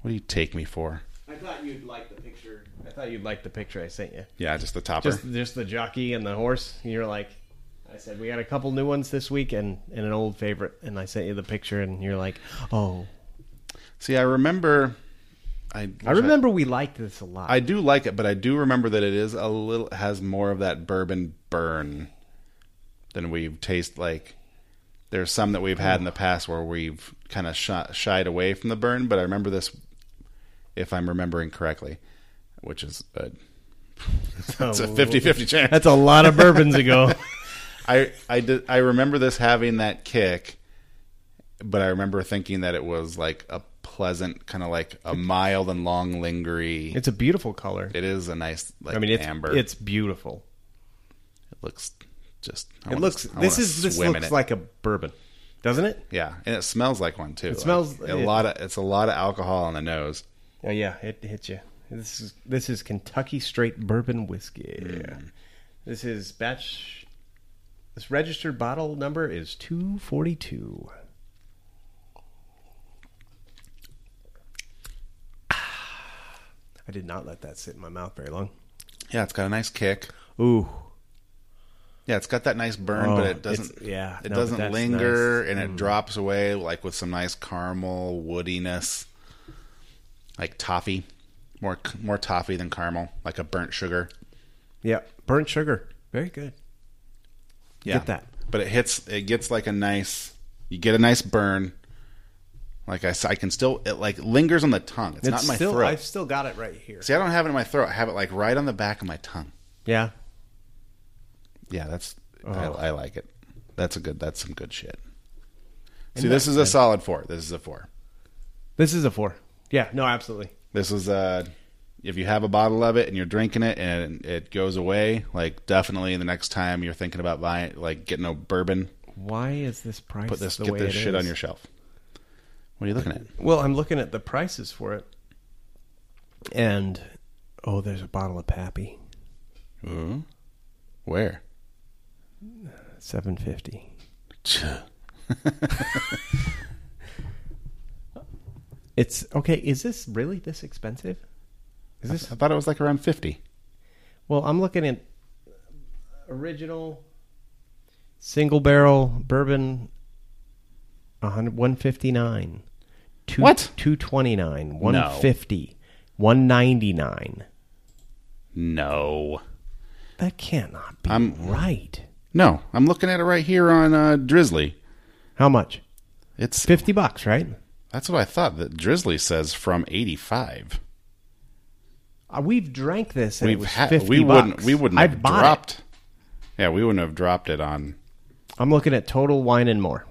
S2: What do you take me for?
S1: I thought you'd like the picture. I thought you'd like the picture I sent you.
S2: Yeah, just the topper.
S1: Just just the jockey and the horse. You're like, I said we got a couple new ones this week and, and an old favorite. And I sent you the picture, and you're like, oh,
S2: See, I remember. I,
S1: I remember we liked this a lot.
S2: I do like it, but I do remember that it is a little has more of that bourbon burn than we've tasted. Like there's some that we've had in the past where we've kind of sh- shied away from the burn, but I remember this, if I'm remembering correctly, which is a, [laughs] it's a 50-50 chance.
S1: That's a lot of bourbons ago. [laughs]
S2: I I did, I remember this having that kick, but I remember thinking that it was like a pleasant kind of like a mild and long lingery.
S1: It's a beautiful color.
S2: It is a nice like
S1: I mean, it's
S2: amber.
S1: it's beautiful.
S2: It looks just. I
S1: It
S2: wanna-
S1: looks.
S2: I
S1: This
S2: wanna
S1: is this
S2: swim in
S1: looks
S2: it.
S1: like a bourbon, doesn't it?
S2: yeah, and it smells like one too. It
S1: smells-
S2: a
S1: it-
S2: lot of it's a lot of alcohol on the nose.
S1: Oh yeah, it hits you. This is this is Kentucky straight bourbon whiskey. Mm. This is batch. This registered bottle number is two forty two. Ah, I did not let that sit in my mouth very long.
S2: Yeah, it's got a nice kick.
S1: Ooh,
S2: Yeah, it's got that nice burn,
S1: Oh,
S2: but it doesn't.
S1: it's- yeah, no,
S2: it
S1: but
S2: doesn't
S1: that's
S2: linger,
S1: nice. Mm.
S2: and it drops away like with some nice caramel woodiness, like toffee, more c- more toffee than caramel, like a burnt sugar.
S1: yeah, burnt sugar, very good.
S2: Yeah,
S1: Get that.
S2: But it hits. It gets like a nice. You get a nice burn. Like I, s- I can still it like lingers on the tongue. It's, not in my
S1: still,
S2: throat.
S1: I've still got it right here.
S2: See, I don't have it in my throat. I have it like right on the back of my tongue.
S1: Yeah,
S2: Yeah, that's
S1: Oh.
S2: I, I like it. That's a good. That's some good shit. See, this is a solid four. This is a four.
S1: this is a four. Yeah, no, absolutely.
S2: This is a. If you have a bottle of it and you're drinking it and it goes away, like definitely the next time you're thinking about buying, like getting a bourbon,
S1: Why is this price?
S2: put this,
S1: the
S2: get
S1: way
S2: this
S1: it
S2: shit
S1: is?
S2: on your shelf. What are you looking at?
S1: Well, I'm looking at the prices for it. And oh, there's a bottle of Pappy.
S2: Ooh. Where?
S1: 750. It's okay, is this really this expensive? Is this
S2: I thought it was like around fifty.
S1: Well, I'm looking at original single barrel bourbon 100 159. Two,
S2: What?
S1: 229, 150, 199.
S2: No.
S1: That cannot be
S2: I'm-
S1: right.
S2: No, I'm looking at it right here on uh, Drizzly.
S1: How much?
S2: It's
S1: 50 bucks, right?
S2: That's what I thought. That Drizzly says from 85.
S1: Uh, we've drank this. And it
S2: We've
S1: was
S2: had
S1: 50
S2: we wouldn't
S1: bucks.
S2: we wouldn't
S1: I
S2: have
S1: bought it.
S2: dropped. Yeah, we wouldn't have dropped it on.
S1: I'm looking at total wine and more.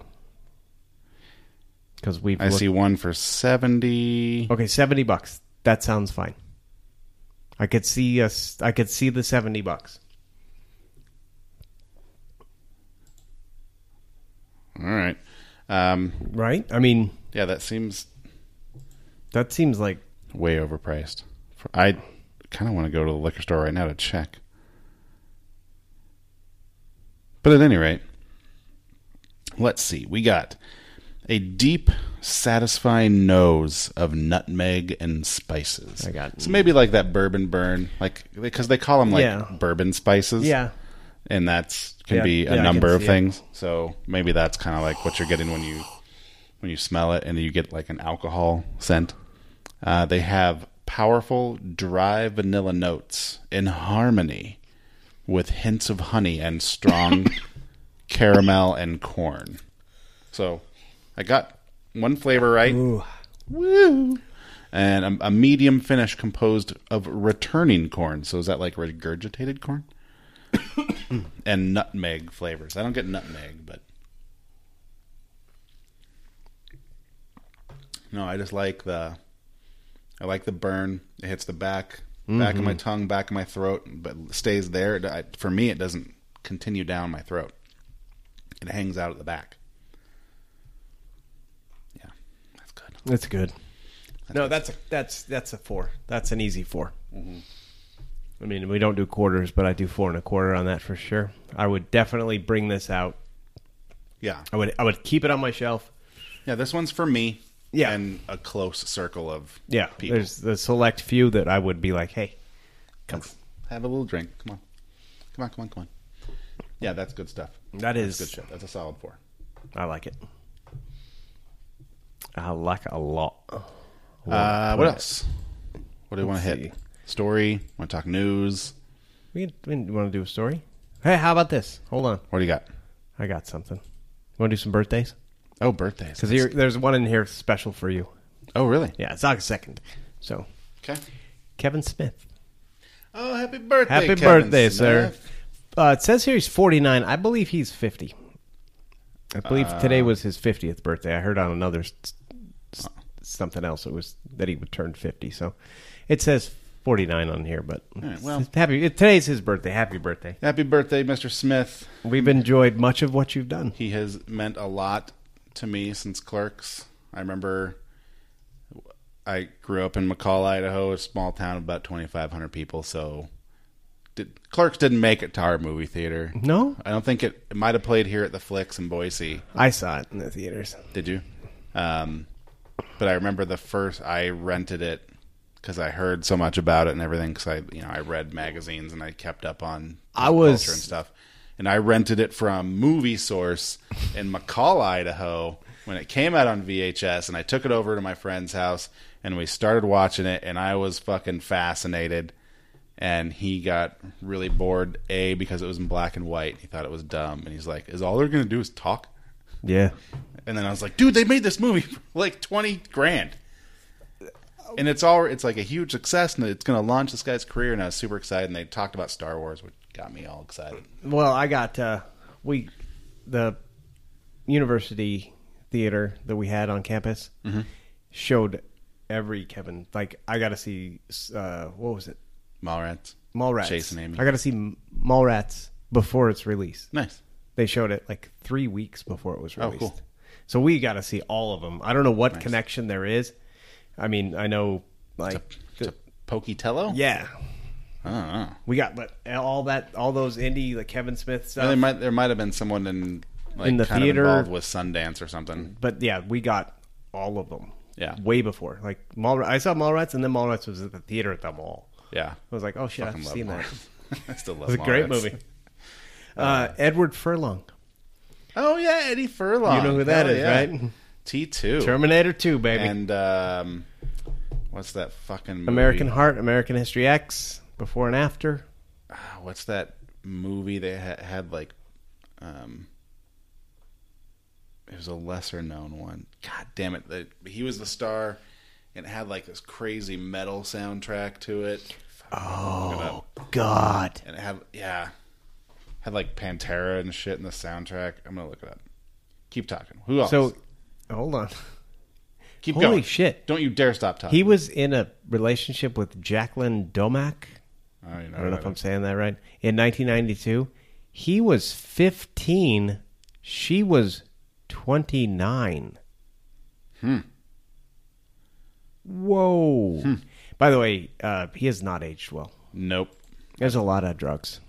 S1: Because we've
S2: I
S1: looked-
S2: see one for seventy.
S1: okay, seventy bucks. That sounds fine. I could see us. I could see the seventy bucks.
S2: All right. Um,
S1: Right? I mean,
S2: yeah, that seems
S1: that seems like
S2: way overpriced. For- I kind of want to go to the liquor store right now to check. But at any rate, let's see. We got a deep, satisfying nose of nutmeg and spices.
S1: I got-
S2: so maybe like that bourbon burn, like because they call them like
S1: Yeah.
S2: bourbon spices.
S1: yeah.
S2: and that's can
S1: Yeah,
S2: be a
S1: yeah, I
S2: number
S1: can
S2: of
S1: see it.
S2: things. So maybe that's kind of like what you're getting when you when you smell it, and you get like an alcohol scent. Uh, they have powerful dry vanilla notes in harmony with hints of honey
S1: [laughs]
S2: and strong caramel and corn. So I got one flavor right. Woo! And a, a medium finish composed of returning corn. So is that like regurgitated corn? [coughs] and nutmeg flavors. I don't get nutmeg, but no, I just like the I like the burn. It hits the back, back of my tongue, back of my throat, but stays there. It- I, for me, it doesn't continue down my throat. It hangs out at the back. Yeah, that's good.
S1: That's good. no, that's a, that's that's a four. That's an easy 4
S2: Mm-hmm.
S1: I mean, we don't do quarters, but I do four and a quarter on that for sure. I would definitely bring this out.
S2: Yeah,
S1: I would I would keep it on my shelf.
S2: yeah. This one's for me.
S1: Yeah.
S2: and a close circle of
S1: Yeah,
S2: people.
S1: there's the select few that I would be like, hey, come.
S2: Let's have a little drink. Come on. Come on, come on, come on. Yeah, that's good stuff.
S1: That
S2: That's good
S1: is,
S2: shit. That's a solid four.
S1: I like it. I like it a lot.
S2: Uh, what else? What do we want
S1: Let's
S2: to hit? Story? Want to talk news?
S1: We, we want to do a story. Hey, how about this? Hold on,
S2: What do you got?
S1: I got something. You want to do some birthdays?
S2: Oh, birthdays.
S1: Because there's one in here special for you.
S2: Oh, really?
S1: Yeah, it's August second. So
S2: Okay.
S1: Kevin Smith.
S2: Oh, happy birthday.
S1: Happy
S2: Kevin
S1: birthday, sir.
S2: Smith.
S1: Uh, it says here he's 49. I believe he's 50. I believe today was his 50th birthday. I heard on another s- s- something else it was that he would turn 50. So it says 49 on here, but
S2: right, well-
S1: happy it- today's his birthday. Happy birthday.
S2: Happy birthday, Mr. Smith.
S1: We've enjoyed much of what you've done.
S2: He has meant a lot to me since Clerks. I remember I grew up in McCall, Idaho, a small town of about 2,500 people. So did, Clerks didn't make it to our movie theater.
S1: No,
S2: I don't think it, it might have played here at the Flicks in Boise.
S1: I saw it in the theaters.
S2: Did you? Um, but I remember the first I rented it because I heard so much about it and everything. Because I, you know, I read magazines and I kept up on
S1: I
S2: pop
S1: was-
S2: culture and stuff. And I rented it from Movie Source in McCall, Idaho, when it came out on VHS. And I took it over to my friend's house and we started watching it. And I was fucking fascinated. And he got really bored, A, because it was in black and white. He thought it was dumb. And he's like, Is all they're going to do is talk?
S1: Yeah.
S2: And then I was like, dude, they made this movie for like 20 grand. And it's all it's like a huge success and it's going to launch this guy's career and I was super excited and they talked about Star Wars which got me all excited.
S1: Well, I got uh, we the university theater that we had on campus
S2: Mm-hmm.
S1: showed every Kevin. Like I got to see uh, what was it?
S2: Mallrats.
S1: Mallrats.
S2: Chase and Amy.
S1: I got to see M- Mallrats before its release.
S2: Nice.
S1: They showed it like three weeks before it was
S2: Oh,
S1: released.
S2: cool.
S1: So we got to see all of them. I don't know what connection there is. I mean, I know like
S2: To Pokitello?
S1: yeah,
S2: I don't know.
S1: we got but uh, all that all those indie like Kevin Smith stuff.
S2: There might there might have been someone in like
S1: Uh, In the
S2: kind
S1: theater.
S2: of involved with Sundance or something.
S1: but yeah, we got all of them.
S2: Yeah.
S1: way before. Like Mall, I saw Mallrats, and then Mallrats was at the theater at the mall.
S2: Yeah.
S1: I was like, oh shit,
S2: Fucking
S1: I've
S2: love
S1: seen that.
S2: Mallrats. [laughs] I still love
S1: It's a great
S2: Mallrats. [laughs]
S1: movie. Uh, Edward Furlong,
S2: Oh yeah, Eddie Furlong.
S1: You know who that
S2: Hell
S1: is, right?
S2: T2.
S1: Terminator Two, baby,
S2: and um what's that fucking movie?
S1: American Heart, American History X, Before and After.
S2: Ah, what's that movie they ha- had like um it was a lesser known one god damn it that he was the star and it had like this crazy metal soundtrack to it
S1: Oh God!
S2: And it had yeah, had like Pantera and shit in the soundtrack. I'm gonna look it up. Keep talking. Who else?
S1: So, hold on.
S2: keep
S1: holy
S2: going.
S1: shit.
S2: Don't you dare stop talking.
S1: He was in a relationship with Jacqueline Domack.
S2: oh, you know,
S1: I don't know if I'm saying that right. In 1992, he was 15. She was 29. Hmm. Whoa. By the way, uh, he has not aged well.
S2: Nope.
S1: There's a lot of drugs.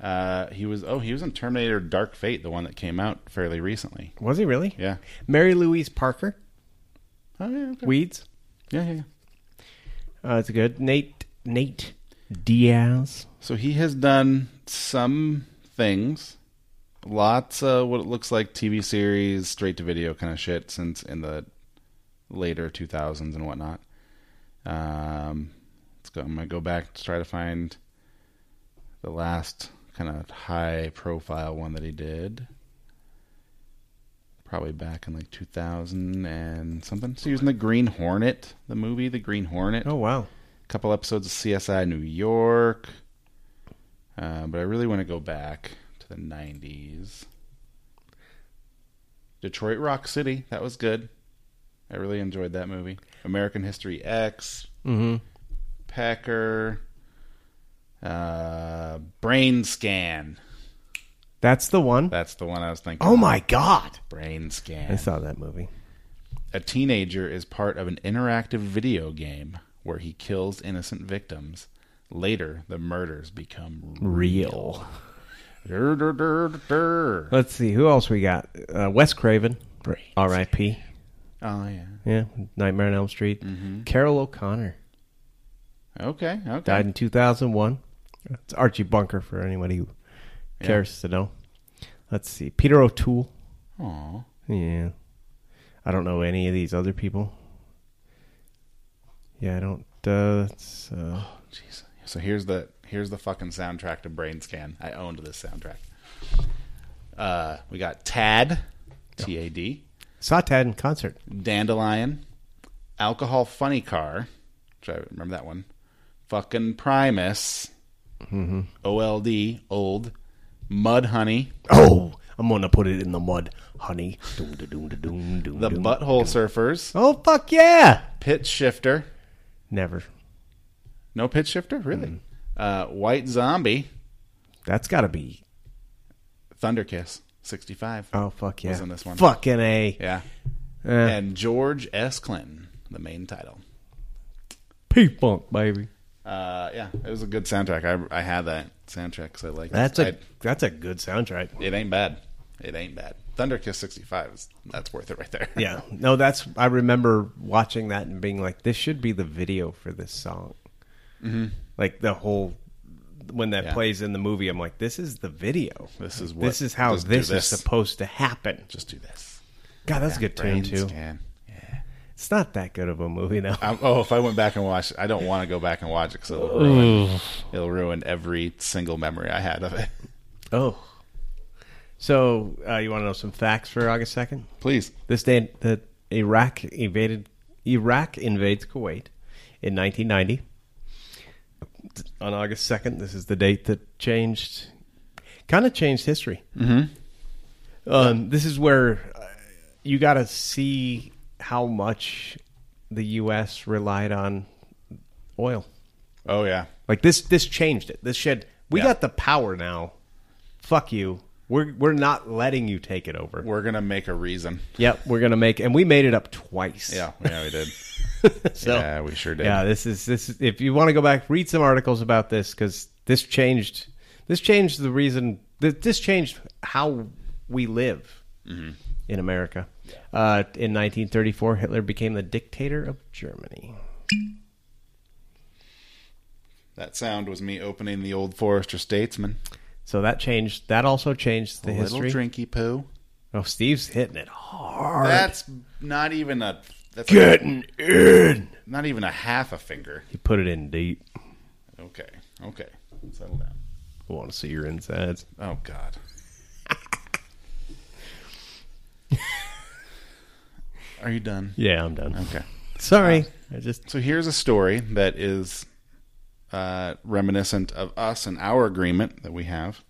S2: Uh, he was oh he was in Terminator Dark Fate, the one that came out fairly recently.
S1: Was he really?
S2: Yeah.
S1: Mary Louise Parker,
S2: Oh yeah. okay.
S1: Weeds.
S2: yeah, yeah, yeah.
S1: Uh, it's good. Nate Nate Diaz.
S2: So he has done some things, lots of what it looks like TV series, straight to video kind of shit since in the later 2000s and whatnot. Um, let's go. I'm gonna go back to try to find the last kind of high profile one that he did. Probably back in like 2000 and something. So he was in the Green Hornet, the movie, the Green Hornet
S1: Oh wow.
S2: couple episodes of CSI New York. Uh, but I really want to go back to the 90s. Detroit Rock City. That was good. I really enjoyed that movie. American History X,
S1: Mm-hmm.
S2: Pecker, uh, Brain Scan.
S1: That's the one.
S2: That's the one I was thinking.
S1: Oh
S2: of.
S1: my God!
S2: Brain
S1: I
S2: Scan.
S1: saw that movie.
S2: A teenager is part of an interactive video game where he kills innocent victims. Later, the murders become
S1: Real.
S2: Durr, durr, durr, durr.
S1: Let's see who else we got. Uh, Wes Craven, R.I.P.
S2: Oh yeah.
S1: Yeah, Nightmare on Elm Street. Carol O'Connor
S2: Okay. Okay.
S1: died in 2001. It's Archie Bunker for anybody who cares to know. Let's see, Peter O'Toole.
S2: Aw.
S1: Yeah, I don't know any of these other people. Yeah, I don't. Uh, it's, uh,
S2: Jeez. So here's the here's the fucking soundtrack to Brain Scan. I owned this soundtrack. Uh, we got Tad, T A D,
S1: saw Tad in concert.
S2: Dandelion, Alcohol Funny Car, which I remember that one. Fucking Primus, OLD, Old, Mud Honey,
S1: Oh, I'm gonna put it in the mud, honey. Doom, da, doom, da, doom, doom,
S2: The
S1: doom.
S2: Butthole Surfers,
S1: Oh fuck yeah!
S2: Pitch Shifter.
S1: Never.
S2: No pitch shifter, really. Uh, White Zombie,
S1: That's got to be
S2: Thunder Kiss, sixty-five.
S1: Oh fuck yeah!
S2: was in this one.
S1: Fucking a
S2: Yeah,
S1: uh,
S2: and George S. Clinton, the main title.
S1: P funk baby.
S2: Uh, yeah, it was a good soundtrack. I, I had that soundtrack because I like
S1: That's
S2: it.
S1: a that's a good soundtrack.
S2: I- it ain't bad. It ain't bad. Thunder Kiss sixty-five. is- That's worth it right there.
S1: Yeah, no, that's I remember watching that and being like, this should be the video for this song. Like the whole when that
S2: Mm-hmm. Yeah.
S1: plays in the movie, I'm like, this is the video.
S2: This is what-
S1: this is how
S2: let's do
S1: this,
S2: this.
S1: is supposed to happen.
S2: [laughs] Just do this.
S1: God, that's a good tune
S2: Brain
S1: too.
S2: scan.
S1: It's not that good of a movie though.
S2: i oh, if I went back and watched, I don't want to go back and watch it because it'll ruin, it'll ruin every single memory I had of it. [laughs]
S1: Oh, so uh, you want to know some facts for August second?
S2: Please.
S1: This day that Iraq invaded Iraq invades Kuwait in 1990. On August 2nd, this is the date that changed, kind of changed history. Mm-hmm. Um, this is where uh, you got to see how much the U.S. relied on oil.
S2: Oh yeah.
S1: Like this, this changed it. This shed. We
S2: Yeah.
S1: got the power now. Fuck you. We're we're not letting you take it over.
S2: We're gonna make a reason.
S1: Yep, we're gonna make, and we made it up twice.
S2: Yeah, yeah, we
S1: [laughs]
S2: did.
S1: so
S2: yeah, we sure did.
S1: yeah, this is this. Is, if you want to go back, read some articles about this because this changed. This changed the reason. th- This changed how we live
S2: Mm-hmm.
S1: in America. Uh, in 1934, Hitler became the dictator of Germany.
S2: That sound was me opening the old Forester Statesman.
S1: So that changed. That also changed the
S2: Little
S1: history.
S2: drinky poo.
S1: Oh, Steve's hitting it hard.
S2: That's not even a. That's
S1: getting in.
S2: not even a half a finger.
S1: You put it in deep.
S2: Okay. Okay. Settle down.
S1: I want to see your insides.
S2: Oh God. Are you done?
S1: Yeah, I'm done.
S2: Okay.
S1: Sorry, I just
S2: So here's a story that is uh, reminiscent of us and our agreement that we have.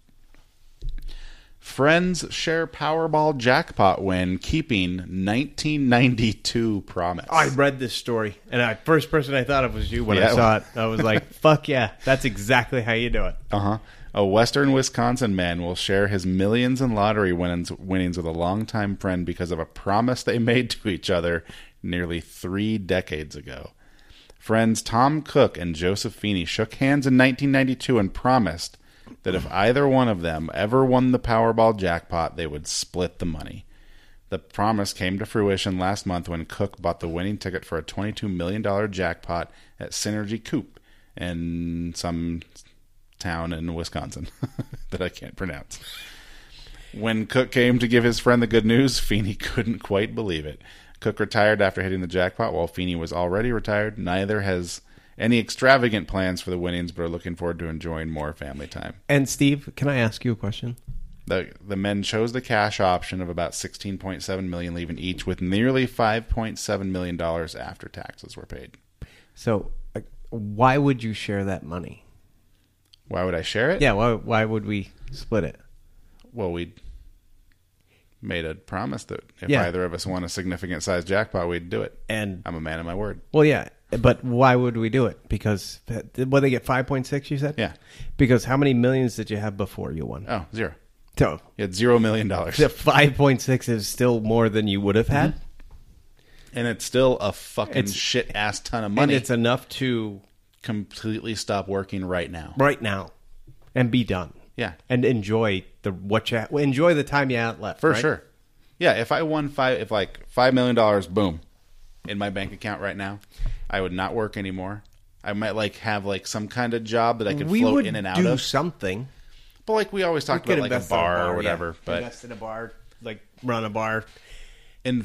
S2: Friends share Powerball jackpot win, keeping 1992 promise.
S1: I read this story, and I first person I thought of was you when
S2: Yeah.
S1: I saw it. I was like, [laughs] "Fuck yeah, that's exactly how you do it."
S2: Uh huh. A Western Wisconsin man will share his millions in lottery winnings, winnings with a longtime friend because of a promise they made to each other nearly three decades ago. Friends Tom Cook and Joseph Feeney shook hands in 1992 and promised that if either one of them ever won the Powerball jackpot, they would split the money. The promise came to fruition last month when Cook bought the winning ticket for a $22 million jackpot at Synergy Coop in some town in Wisconsin [laughs] that I can't pronounce. When Cook came to give his friend the good news, Feeney [laughs] couldn't quite believe it. Cook retired after hitting the jackpot, while Feeney was already retired. Neither has any extravagant plans for the winnings, but are looking forward to enjoying more family time.
S1: And Steve, can I ask you a question?
S2: The the men chose the cash option of about sixteen point seven million, leaving each with nearly five point seven million dollars after taxes were paid.
S1: So, uh, why would you share that money?
S2: Why would I share it?
S1: Yeah, why why would we split it?
S2: Well, we made a promise that if
S1: Yeah.
S2: either of us won a significant size jackpot, we'd do it.
S1: And
S2: I'm a man of my word.
S1: well, yeah, but why would we do it? Because uh, what they get five point six, you said.
S2: Yeah.
S1: Because how many millions did you have before you won?
S2: Oh, zero.
S1: So [laughs]
S2: You had zero million dollars,
S1: the five point six is still more than you would have had,
S2: Mm-hmm. and it's still a fucking
S1: It's-
S2: shit ass ton of
S1: and
S2: money.
S1: it's enough to
S2: completely stop working right now.
S1: right now and be done.
S2: Yeah.
S1: and enjoy the what you ha- enjoy the time you have left
S2: For
S1: right?
S2: sure. Yeah, if I won five, if like five million dollars, boom, in my bank account right now, I would not work anymore. I might like have like some kind of job that I could
S1: We
S2: float
S1: would
S2: in and out
S1: do
S2: of.
S1: something.
S2: But like we always talked about, like a
S1: in
S2: bar, or
S1: yeah.
S2: whatever. But invest.
S1: invest in a bar, like run a bar.
S2: in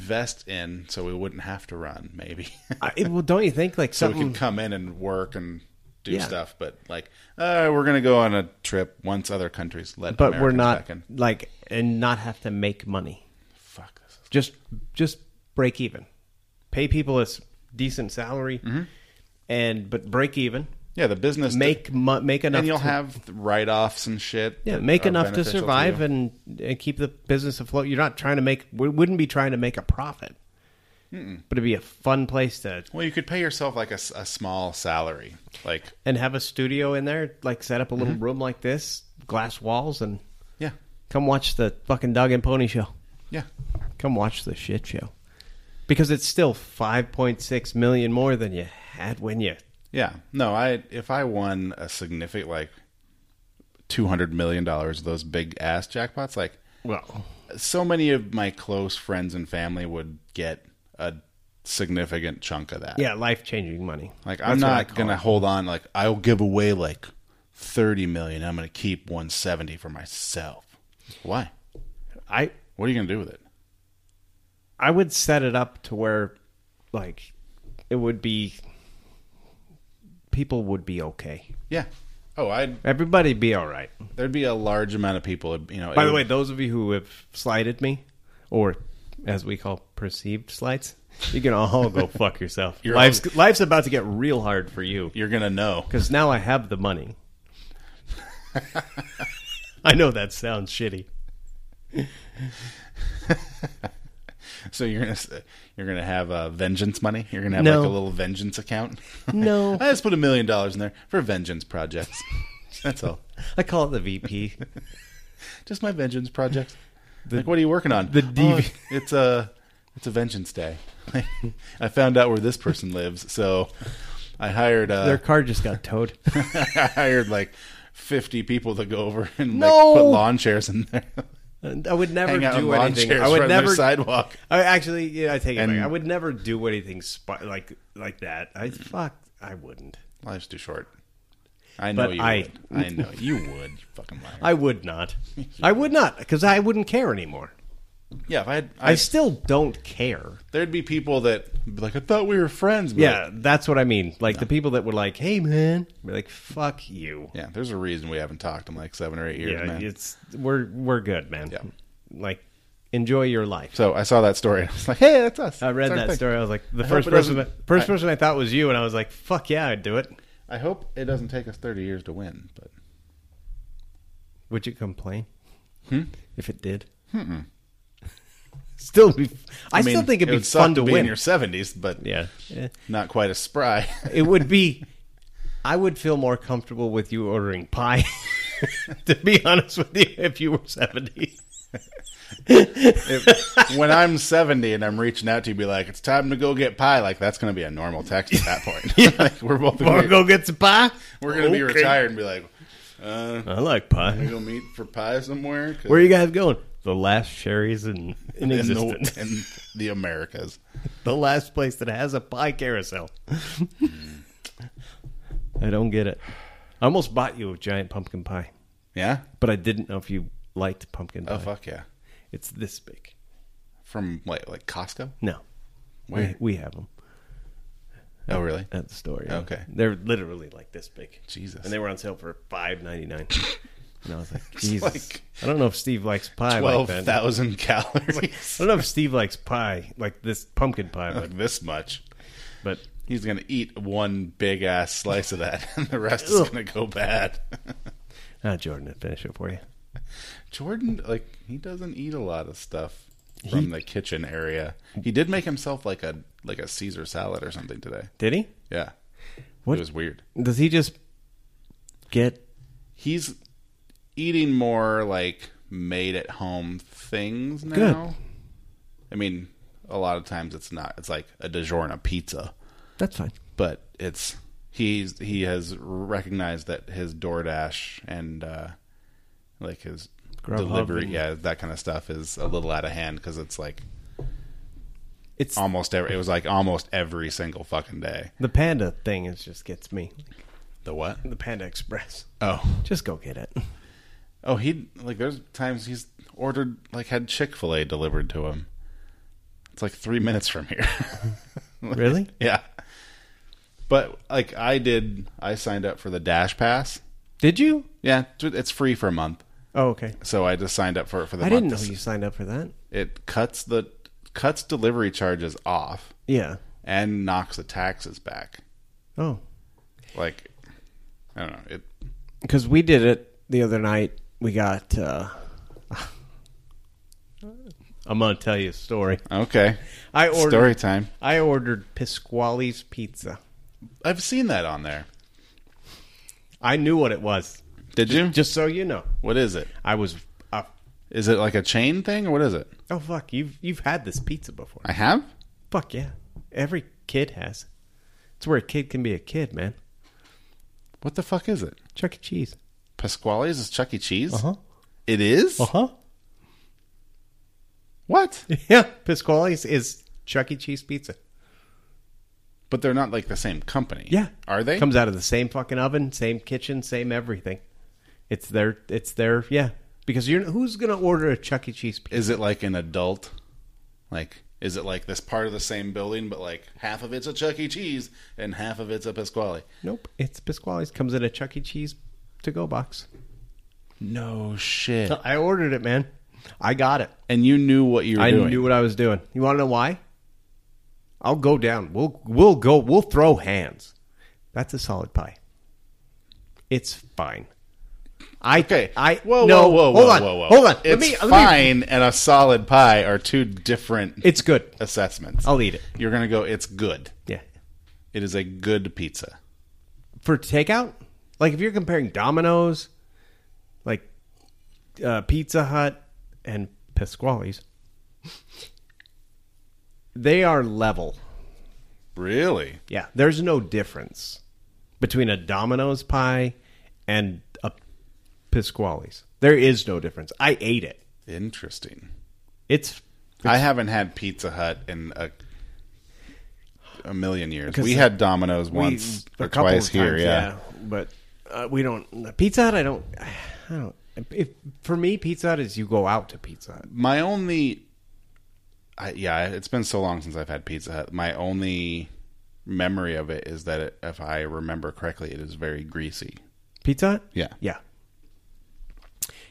S2: so we wouldn't have to run, maybe. [laughs]
S1: I, it- well, don't you think like
S2: so we
S1: something?
S2: could come in and work and do
S1: Yeah.
S2: stuff. But like, uh, we're gonna go on a trip once other countries let.
S1: but we're
S2: Americans
S1: not
S2: back in.
S1: like and not have to make money.
S2: Fuck this. is-
S1: Just just break even. Pay people a s- decent salary,
S2: Mm-hmm.
S1: and but break even.
S2: Yeah, the business
S1: Make mo- make enough.
S2: and you'll
S1: to-
S2: have write offs and shit.
S1: Yeah,
S2: that
S1: make
S2: are
S1: enough to
S2: beneficial
S1: survive
S2: you.
S1: and, and keep the business afloat. You're not trying to make, we wouldn't be trying to make a profit, but it'd be a fun place to,
S2: Well, you could pay yourself like a, s- a small salary, like
S1: and have a studio in there, like set up a
S2: Mm-hmm.
S1: little room like this, glass walls, and
S2: yeah,
S1: come watch the fucking dog and pony show.
S2: yeah,
S1: Come watch the shit show. Because it's still 5.6 million more than you had when you,
S2: yeah. No, I if I won a significant like two hundred million dollars, those big ass jackpots, like
S1: well,
S2: so many of my close friends and family would get a significant chunk of that.
S1: yeah, life changing money.
S2: Like I'm
S1: That's what I
S2: not
S1: call
S2: gonna
S1: it.
S2: hold on. Like I'll give away like thirty million. I'm gonna keep one seventy for myself. Why?
S1: I,
S2: What are you gonna do with it?
S1: I would set it up to where, like, it would be people would be okay.
S2: Yeah. Oh, I'd
S1: Everybody'd be all right.
S2: there'd be a large amount of people. You know.
S1: By
S2: it
S1: the
S2: would-
S1: way, those of you who have slighted me, or as we call perceived slights, you can all
S2: [laughs]
S1: go fuck yourself.
S2: You're
S1: life's life's about to get real hard for you
S2: you're gonna know. [laughs]
S1: because now I have the money. I know that sounds shitty.
S2: So you're gonna s- you're gonna have uh, vengeance money. You're gonna have
S1: No.
S2: like a little vengeance account.
S1: No.
S2: [laughs] I just put a million dollars in there for vengeance projects. [laughs] That's all.
S1: I call it the VP.
S2: Just my
S1: [laughs]
S2: vengeance projects. like, what are you working on? The
S1: DV
S2: it's a it's a vengeance day. [laughs] I found out where this person lives, so I hired uh,
S1: Their car just got towed.
S2: [laughs] I hired like fifty people to go over and like,
S1: No.
S2: put lawn chairs in there,
S1: I would never
S2: [laughs] hang out on
S1: do
S2: lawn
S1: anything.
S2: chairs
S1: I would
S2: right on
S1: never
S2: their sidewalk.
S1: I actually, yeah, I take it
S2: And- Mm.
S1: back. I would never do anything sp- like like that. I fuck, I wouldn't.
S2: Life's too short. I know
S1: But
S2: you
S1: I-
S2: would.
S1: [laughs]
S2: I know you would. You fucking liar.
S1: I would not. I would not because I wouldn't care anymore.
S2: yeah, if I had,
S1: I
S2: I,
S1: still don't care.
S2: there'd be people that be like, I thought we were friends. But
S1: Yeah, that's what I mean. Like the people that were like, "Hey, man," be like, "Fuck you."
S2: yeah. There's a reason we haven't talked in like seven or eight years,
S1: Yeah,
S2: man.
S1: it's we're we're good, man.
S2: Yeah.
S1: Like, enjoy your life.
S2: So I saw that story. [laughs] and I was like, Hey, that's us.
S1: I read
S2: That's our
S1: that
S2: thing.
S1: story. I was like, the
S2: hope
S1: first
S2: it doesn't-
S1: person, that, first person I thought was you, and I was like, "Fuck yeah, I'd do it."
S2: I hope it doesn't take us 30 years to win, but
S1: Would you complain
S2: Hmm?
S1: if it did? [laughs] still, be, I, still
S2: mean,
S1: think it'd
S2: it
S1: be
S2: would suck
S1: fun
S2: to
S1: to
S2: be in
S1: win.
S2: your 70s, but
S1: yeah, Eh.
S2: not quite
S1: [laughs]
S2: as spry.
S1: it would be. I would feel more comfortable with you ordering pie. [laughs] to be honest with you, if you were
S2: [laughs]
S1: seventy,
S2: If- when I'm 70 and I'm reaching out to you, be like, "It's time to go get pie." Like that's going to be a normal text at that
S1: [laughs]
S2: point. [laughs] like, we're both gonna
S1: want
S2: be-
S1: to go get some pie?
S2: we're going to be
S1: Okay.
S2: retired and be like, uh,
S1: I like pie.
S2: "We go meet for pie somewhere." 'Cause
S1: Where are you guys going? The last Sherry's in, in
S2: in the,
S1: existence.
S2: in the Americas,
S1: [laughs] the last place that has a pie carousel.
S2: Hmm.
S1: [laughs] I don't get it. I almost bought you a giant pumpkin pie,
S2: yeah.
S1: but I didn't know if you liked pumpkin pie.
S2: Oh fuck yeah!
S1: It's this big.
S2: From what, like Costco?
S1: No,
S2: Where?
S1: we, we have them
S2: Oh really?
S1: at the store. yeah.
S2: Okay.
S1: they're literally like this big.
S2: Jesus.
S1: and they were on sale for five ninety
S2: [laughs]
S1: nine. and I was like, Jesus,
S2: like
S1: I don't know if Steve likes pie like
S2: Twelve
S1: that. I
S2: thousand calories.
S1: don't know if Steve likes pie like this pumpkin pie, but,
S2: like this much.
S1: but
S2: He's gonna eat one big ass slice of that, [laughs] and the rest is
S1: Ugh.
S2: gonna go bad. [laughs]
S1: ah, Jordan would finish it for you.
S2: Jordan, like, he doesn't eat a lot of stuff from the kitchen area. He did make himself like a like a Caesar salad or something today.
S1: Did he?
S2: Yeah,
S1: What?
S2: it was weird.
S1: Does he just get
S2: He's eating more like made at home things now.
S1: Good.
S2: I mean, a lot of times it's not. It's like a DiGiorno pizza,
S1: That's fine.
S2: but it's he's he has recognized that his DoorDash and uh like his
S1: Grubhub
S2: delivery,
S1: and-
S2: yeah, that kind of stuff is a little out of hand because it's like
S1: It's
S2: almost every it was like almost every single fucking day.
S1: the panda thing is just gets me.
S2: The what?
S1: The Panda Express.
S2: Oh.
S1: Just go get
S2: [laughs]
S1: it.
S2: Oh, he like there's times he's ordered like had Chick-fil-A delivered to him. It's like 3 minutes
S1: [laughs]
S2: from here.
S1: Really?
S2: yeah. But like I did I signed up for the Dash Pass.
S1: Did you?
S2: Yeah, it's free for a month.
S1: Oh, okay.
S2: So I just signed up for it for the
S1: I
S2: month.
S1: didn't know
S2: This-
S1: you signed up for that.
S2: It cuts the cuts delivery charges off
S1: Yeah.
S2: and knocks the taxes back.
S1: Oh.
S2: Like I don't know. It
S1: Because we did it the other night. We got. Uh, [laughs] I'm going to tell you a story.
S2: okay.
S1: I ordered.
S2: Story time.
S1: I ordered Pasquale's Pizza.
S2: I've seen that on there.
S1: I knew what it was.
S2: Did you?
S1: Just so you know,
S2: What is it?
S1: I was. Uh,
S2: Is it like a chain thing or what is it?
S1: oh fuck! You've you've had this pizza before.
S2: I have.
S1: Fuck yeah. Every kid has. It's where a kid can be a kid, man.
S2: What the fuck is it?
S1: Chuck E. Cheese.
S2: Pasquale's is Chuck E. Cheese.
S1: Uh-huh.
S2: It is.
S1: huh.
S2: What?
S1: [laughs] Yeah. Pasquale's is Chuck E. Cheese pizza.
S2: But they're not like the same company.
S1: Yeah.
S2: Are they?
S1: Comes out of the same fucking oven, same kitchen, same everything. It's their, it's their, yeah. Because you're, who's going to order a Chuck E. Cheese pizza?
S2: is it like an adult? Like, is it like this part of the same building, but like half of it's a Chuck E. Cheese and half of it's a Pasquale?
S1: Nope. It's Pasquale's. Comes in a Chuck E. Cheese to go box.
S2: No shit.
S1: I ordered it, man. I got it.
S2: And you knew what you were
S1: I
S2: doing.
S1: knew what I was doing. You want to know why? I'll go down. We'll we'll go. We'll throw hands. That's a solid pie. It's fine. I
S2: okay.
S1: I
S2: whoa,
S1: no,
S2: whoa, whoa,
S1: hold
S2: whoa,
S1: on,
S2: whoa, whoa.
S1: hold on.
S2: It's fine and a solid pie are two different
S1: It's good.
S2: assessments.
S1: I'll eat it.
S2: You're gonna go. It's good.
S1: Yeah.
S2: It is a good pizza.
S1: For takeout, like if you're comparing Domino's, like uh, Pizza Hut and Pasquale's, they are level.
S2: Really?
S1: Yeah, there's no difference between a Domino's pie and a Pasquale's. There is no difference. I ate it.
S2: Interesting.
S1: It's
S2: I haven't had Pizza Hut in a a million years.
S1: Because
S2: We had Domino's
S1: we-
S2: once
S1: a
S2: or
S1: couple of
S2: twice here.
S1: times,
S2: yeah.
S1: but uh, we don't Pizza Hut. I don't. I don't. If, for me, Pizza Hut is you go out to Pizza Hut.
S2: My only, I, yeah, it's been so long since I've had Pizza Hut. My only memory of it is that it, if I remember correctly, it is very greasy.
S1: Pizza Hut.
S2: Yeah.
S1: yeah,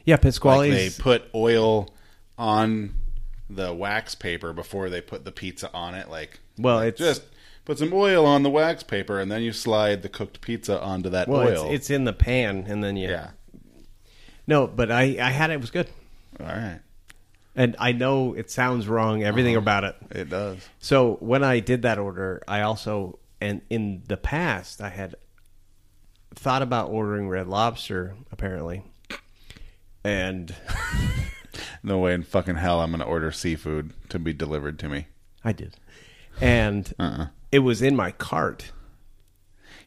S1: yeah.
S2: Like
S1: Pasquale's.
S2: they put oil on the wax paper before they put the pizza on it. Like
S1: well, it's
S2: just Put some oil on the wax paper, and then you slide the cooked pizza onto that
S1: Well,
S2: oil.
S1: it's, it's in the pan, and then you.
S2: yeah.
S1: No, but I, I had it. It was good.
S2: All right.
S1: And I know it sounds wrong, everything
S2: Uh-huh.
S1: about it.
S2: It does.
S1: So when I did that order, I also and in the past I had thought about ordering red lobster apparently. And [laughs]
S2: No way in fucking hell I'm going to order seafood to be delivered to me.
S1: I did. And
S2: Uh-uh.
S1: it was in my cart.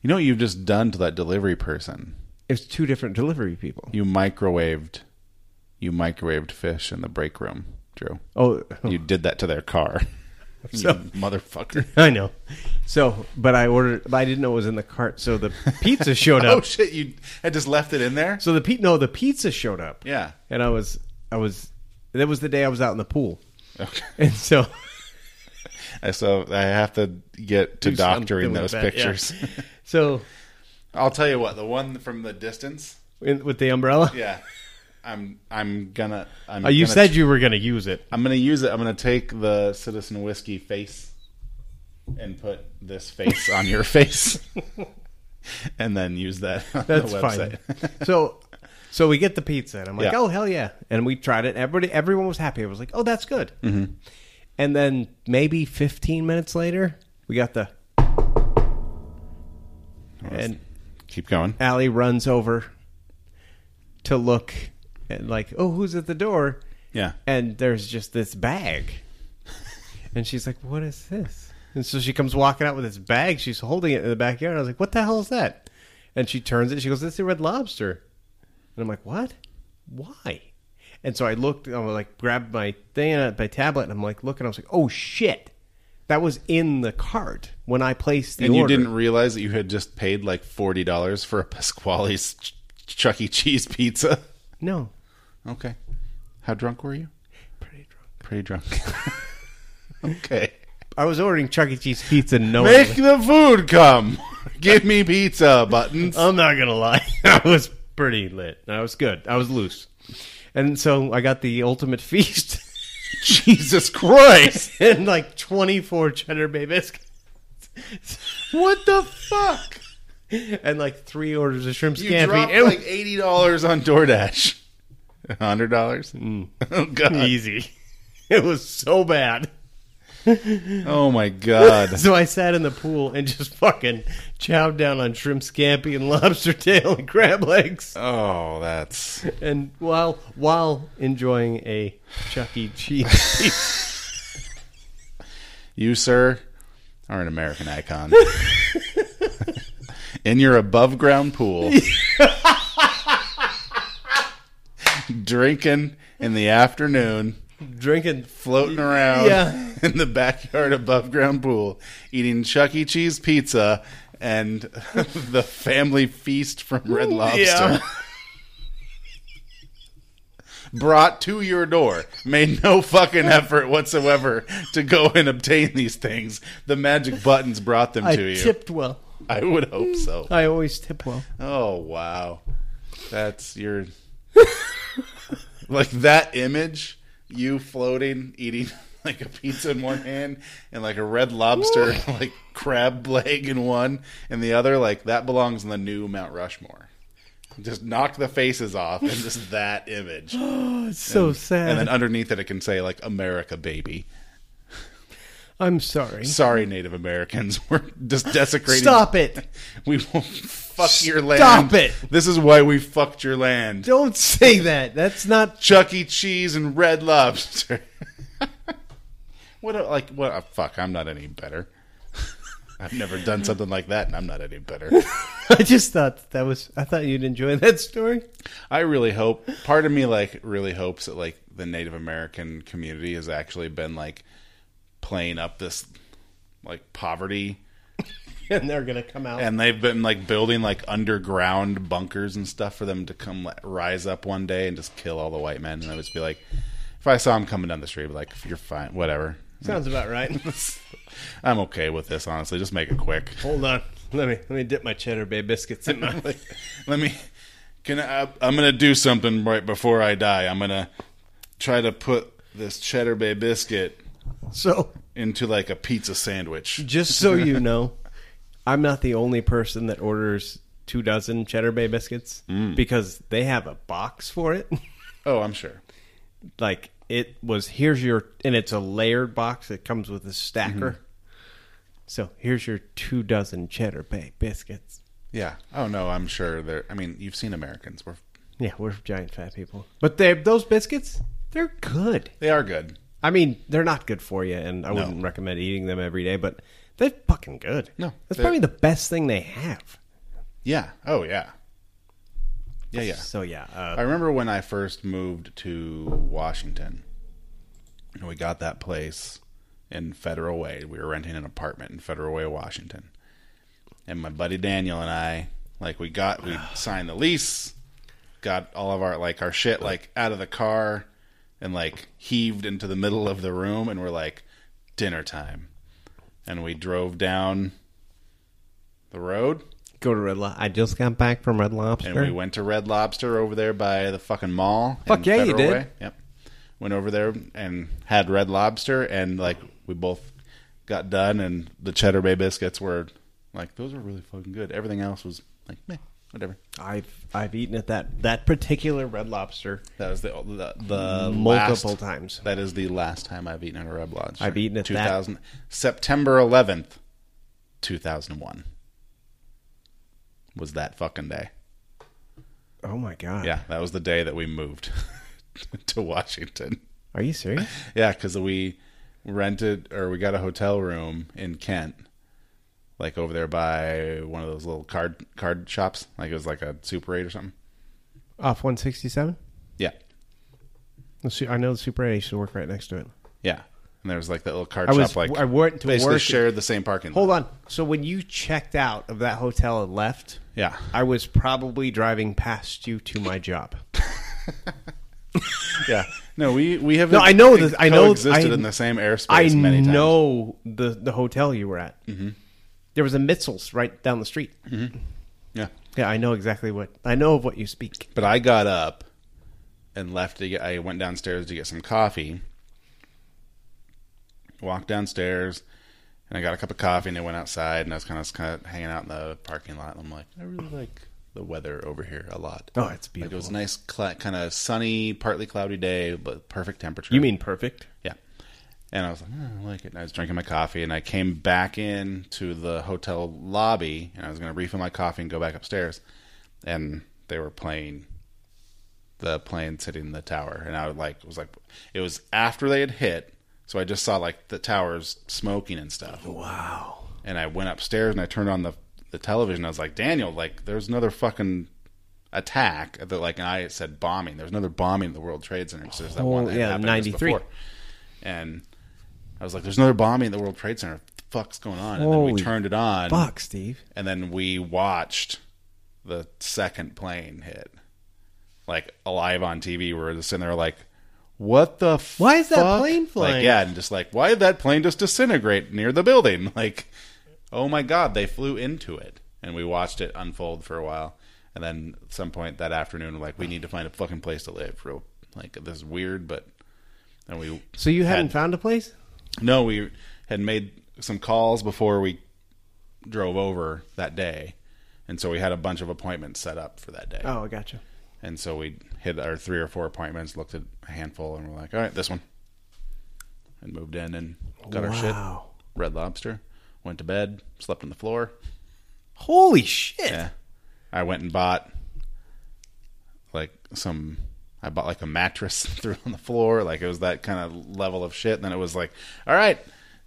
S2: You know what you've just done to that delivery person?
S1: It was two different delivery people.
S2: You microwaved, you microwaved fish in the break room, Drew.
S1: Oh,
S2: You did that to
S1: [laughs]
S2: their car, you
S1: So-
S2: motherfucker.
S1: I know. So, but I ordered but I didn't know it was in the cart, so the
S2: [laughs]
S1: pizza showed
S2: Oh
S1: up.
S2: shit! You had just left it in there.
S1: So the pe- no, the pizza showed up.
S2: Yeah.
S1: And I was I was that was the day I was out in the pool.
S2: Okay.
S1: And so
S2: I so I have to get to
S1: Do something
S2: [laughs]
S1: [laughs]
S2: doctoring
S1: with
S2: those
S1: that, yeah.
S2: pictures. [laughs]
S1: so
S2: I'll tell you what. The one from the distance.
S1: in, with the umbrella?
S2: Yeah. I'm. I'm gonna. I'm
S1: Uh, you
S2: gonna
S1: said you were going to use it.
S2: I'm gonna use it. I'm gonna take the Citizen Whiskey face and put this face on your [laughs] face, and then use that [laughs] on
S1: That's
S2: the
S1: fine.
S2: website. [laughs]
S1: so, so we get the pizza, and I'm like,
S2: Yeah.
S1: oh hell yeah! And we tried it. Everybody, everyone was happy. I was like, oh that's good. And then maybe 15 minutes later, we got the and
S2: Keep going.
S1: Allie runs over to look and like, oh who's at the door?
S2: Yeah.
S1: And there's just this
S2: [laughs]
S1: bag, and she's like, what is this? And so she comes walking out with this bag. She's holding it in the backyard. I was like, what the hell is that? And she turns it. She goes, this is a red lobster. And I'm like, what? Why? And so I looked, I was like, grabbed my thing, uh, my tablet, and I'm like, looking. I was like, oh shit, that was in the cart when I placed the
S2: And you
S1: order.
S2: didn't realize that you had just paid like forty dollars for a Pasquale's Ch- Chuck E. Cheese pizza.
S1: No,
S2: Okay. How drunk were you?
S1: pretty drunk.
S2: Pretty [laughs] drunk. okay.
S1: I was ordering Chuck E. Cheese pizza. No,
S2: Make the food come. Give me pizza buttons.
S1: I'm not gonna lie. [laughs] I was pretty lit. I was good. I was loose. And so I got the ultimate [laughs] feast
S2: [laughs] Jesus Christ.
S1: and like 24 cheddar bay biscuits. [laughs]
S2: What the fuck?
S1: And like three orders of shrimp
S2: You
S1: scampi.
S2: dropped
S1: It was
S2: like eighty dollars on DoorDash. [laughs] Hundred dollars.
S1: Mm.
S2: Oh
S1: [laughs]
S2: god.
S1: easy. It was so bad.
S2: Oh my god.
S1: So I sat in the pool and just fucking chowed down on shrimp scampi and lobster tail and crab legs,
S2: Oh, that's
S1: and while while enjoying a Chuck E. Cheese. pizza.
S2: you, sir, are an American
S1: [laughs]
S2: icon. In your above
S1: [laughs]
S2: ground pool. drinking in the afternoon,
S1: drinking
S2: floating around
S1: Yeah.
S2: [laughs] in the backyard above ground pool, eating Chuck E. Cheese pizza and [laughs] the family feast from Red Lobster.
S1: Yeah.
S2: brought to your door. Made no
S1: [laughs]
S2: fucking effort whatsoever to go and obtain these things. The magic buttons brought them
S1: I
S2: to you.
S1: tipped well.
S2: I would hope so.
S1: I always tip well.
S2: Oh wow,
S1: [laughs]
S2: that's your like that image. You floating, eating [laughs] like a pizza in one hand and like a red lobster, [laughs] like crab [laughs] leg in one and the other. Like that belongs in the new Mount Rushmore. Just knock the faces off and
S1: [laughs]
S2: just that image.
S1: So sad.
S2: And then underneath it, it can say like "America, baby."
S1: I'm sorry.
S2: Sorry, Native Americans, [laughs] we're just desecrating.
S1: Stop it.
S2: We will [laughs] fuck your land.
S1: Stop it.
S2: This is why we fucked your land.
S1: Don't say that. That's not.
S2: Chuck E. Cheese and Red Lobster. [laughs] what a, like what? A, fuck, I'm not any better. I've never done something like that, and I'm not any better.
S1: I just thought that was. I thought you'd enjoy that story. [laughs]
S2: I really hope. Part of me like really hopes that like the Native American community has actually been like playing up this like poverty
S1: And they're gonna come out.
S2: and they've been like building like underground bunkers and stuff for them to come like, rise up one day and just kill all the white men. And I would just be like, if I saw them coming down the street, I'd be like, you're fine, whatever.
S1: Sounds about right. [laughs]
S2: [laughs] I'm okay with this, honestly. Just make it quick. [laughs]
S1: Hold on. Let me let me dip my cheddar bay biscuits in my. [laughs]
S2: Let me. Can I, I'm gonna do something right before I die. I'm gonna try to put this cheddar bay biscuit
S1: So,
S2: into like a pizza sandwich.
S1: just so you know, I'm not the only person that orders two dozen Cheddar Bay biscuits because they have a box for it.
S2: Oh, I'm sure.
S1: like it was here's your and it's a layered box that comes with a stacker.
S2: Mm-hmm.
S1: So here's your two dozen Cheddar Bay biscuits.
S2: Yeah. Oh no, I'm sure. They're. I mean, you've seen Americans. We're,
S1: Yeah, we're giant fat people, but they those biscuits they're good.
S2: they are good.
S1: I mean, they're not good for you, and I wouldn't recommend eating them every day, but they're fucking good.
S2: No,
S1: that's
S2: they-
S1: probably the best thing they have.
S2: Yeah. Oh yeah. Yeah, yeah.
S1: So yeah, uh,
S2: I remember when I first moved to Washington, and we got that place in Federal Way. We were renting an apartment in Federal Way, Washington, and my buddy Daniel and I, like, we got we signed the lease, got all of our like our shit like out of the car, and like heaved into the middle of the room, and we're like, dinner time, and we drove down the road
S1: go to Red Lobster. I just got back from Red Lobster.
S2: and we went to Red Lobster over there by the fucking mall. in
S1: Fuck yeah, you
S2: Federal
S1: did.
S2: Way. Yep. Went over there and had Red Lobster, and like we both got done, and the Cheddar Bay biscuits were like those were really fucking good. Everything else was like meh, whatever.
S1: I've I've eaten at that that particular Red Lobster. uh,
S2: That was the the, the
S1: Multiple
S2: last-
S1: times.
S2: That is the last time I've eaten at a Red Lobster.
S1: I've eaten at that-
S2: 2000 September eleventh, two thousand one. Was that fucking day?
S1: Oh my god!
S2: Yeah, that was the day that we moved [laughs] to Washington.
S1: Are you serious?
S2: Yeah, because we rented or we got a hotel room in Kent, like over there by one of those little card card shops. Like it was like a Super Eight or something.
S1: [laughs] Off one sixty seven.
S2: Yeah,
S1: I know the Super Eight used to work right next to it.
S2: yeah. And there was like that little card
S1: I
S2: shop.
S1: was
S2: like
S1: I went to
S2: basically
S1: work.
S2: shared the same parking.
S1: Hold
S2: lot.
S1: on. So when you checked out of that hotel and left,
S2: Yeah.
S1: I was probably driving past you to my [laughs] job.
S2: Yeah. No, we we have
S1: No, I know this- I know-
S2: coexisted
S1: I-
S2: in the same airspace.
S1: I
S2: many times.
S1: know the the hotel you were at. Mm-hmm. There was a Mitzel's right down the street.
S2: Yeah,
S1: Yeah, I know exactly what I know of what you speak.
S2: but I got up and left. To get, I went downstairs to get some coffee. Walked downstairs, and I got a cup of coffee, and I went outside, and I was kind of kind of hanging out in the parking lot. And I'm like, I really like the weather over here a lot.
S1: Oh, it's
S2: Like it
S1: beautiful.
S2: was a nice, cl- kind of sunny, partly cloudy day, but perfect temperature.
S1: you mean perfect?
S2: Yeah. And I was like, "Oh, I like it. And I was drinking my coffee, and I came back in to the hotel lobby, and I was going to refill my coffee and go back upstairs, and they were playing the plane sitting in the tower, and I was like, was like, it was after they had hit, so I just saw like the towers smoking and stuff,
S1: Wow.
S2: and I went upstairs and I turned on the the television. I was like, Daniel, like, there's another fucking attack that like and I said bombing. There's another bombing in the World Trade Center. 'cause there's that one
S1: Oh,
S2: that
S1: yeah,
S2: happened just
S1: 93.
S2: before. And I was like, there's another bombing in the World Trade Center. What the fuck's going on? And then we
S1: Holy
S2: turned it on,
S1: Fuck, Steve.
S2: and then we watched the second plane hit, like alive on TV. We were just sitting there like. What the?
S1: Why is that
S2: fuck?
S1: plane
S2: Like,
S1: flying?
S2: yeah, and just like, why did that plane just disintegrate near the building? [laughs] Like, oh my god, they flew into it, and we watched it unfold for a while, and then at some point that afternoon, we're like, we need to find a fucking place to live. Real, like this is weird, but and we
S1: So you hadn't
S2: Had-
S1: found a place?
S2: no, we had made some calls before we drove over that day, and so we had a bunch of appointments set up for that day.
S1: Oh, I gotcha.
S2: And so we hit our three or four appointments, looked at a handful, and we're like, all right, this one. And moved in and got our shit.
S1: Wow.
S2: Red Lobster. Went to bed, slept on the floor.
S1: Holy shit.
S2: Yeah. I went and bought like some. I bought like a mattress, [laughs] threw it on the floor. Like it was that kind of level of shit. And then it was like, all right,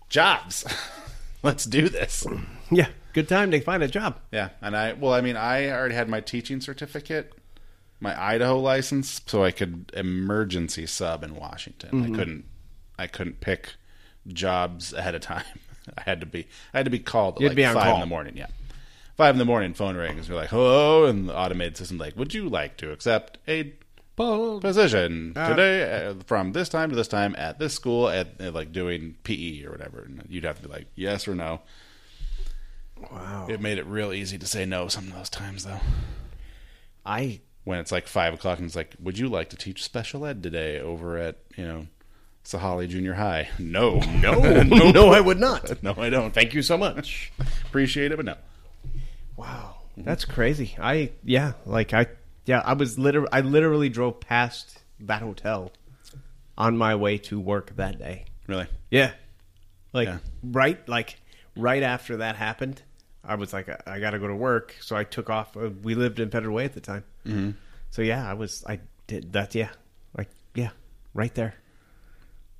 S2: jobs. [laughs] Let's do this.
S1: Yeah. Good time to find a job.
S2: Yeah, and I well, I mean, I already had my teaching certificate, my Idaho license, so I could emergency sub in Washington.
S1: Mm-hmm.
S2: I couldn't, I couldn't pick jobs ahead of time. [laughs] I had to be, I had to be called at
S1: You had
S2: like
S1: to be on
S2: five in
S1: call.
S2: the morning. Yeah, five in the morning, phone rings. You're like, hello, and the automated system like, would you like to accept a position
S1: Ah.
S2: today uh, from this time to this time at this school at, at like doing PE or whatever? And you'd have to be like, yes or no.
S1: Wow.
S2: It made it real easy to say no some of those times though.
S1: I
S2: when it's like five o'clock and it's like, would you like to teach special ed today over at you know Sahali Junior High. No, [laughs]
S1: No, no, I would not.
S2: no, I don't.
S1: Thank you so much.
S2: Appreciate it, but no.
S1: Wow, that's crazy. I yeah, like I yeah, I was literally I literally drove past that hotel on my way to work that day.
S2: Really?
S1: Yeah, like
S2: Yeah.
S1: right, like right after that happened, I was like, I, I got to go to work, so I took off. Uh, We lived in Federal Way at the time, mm-hmm. so yeah, I was I did that. Yeah, like yeah, right there.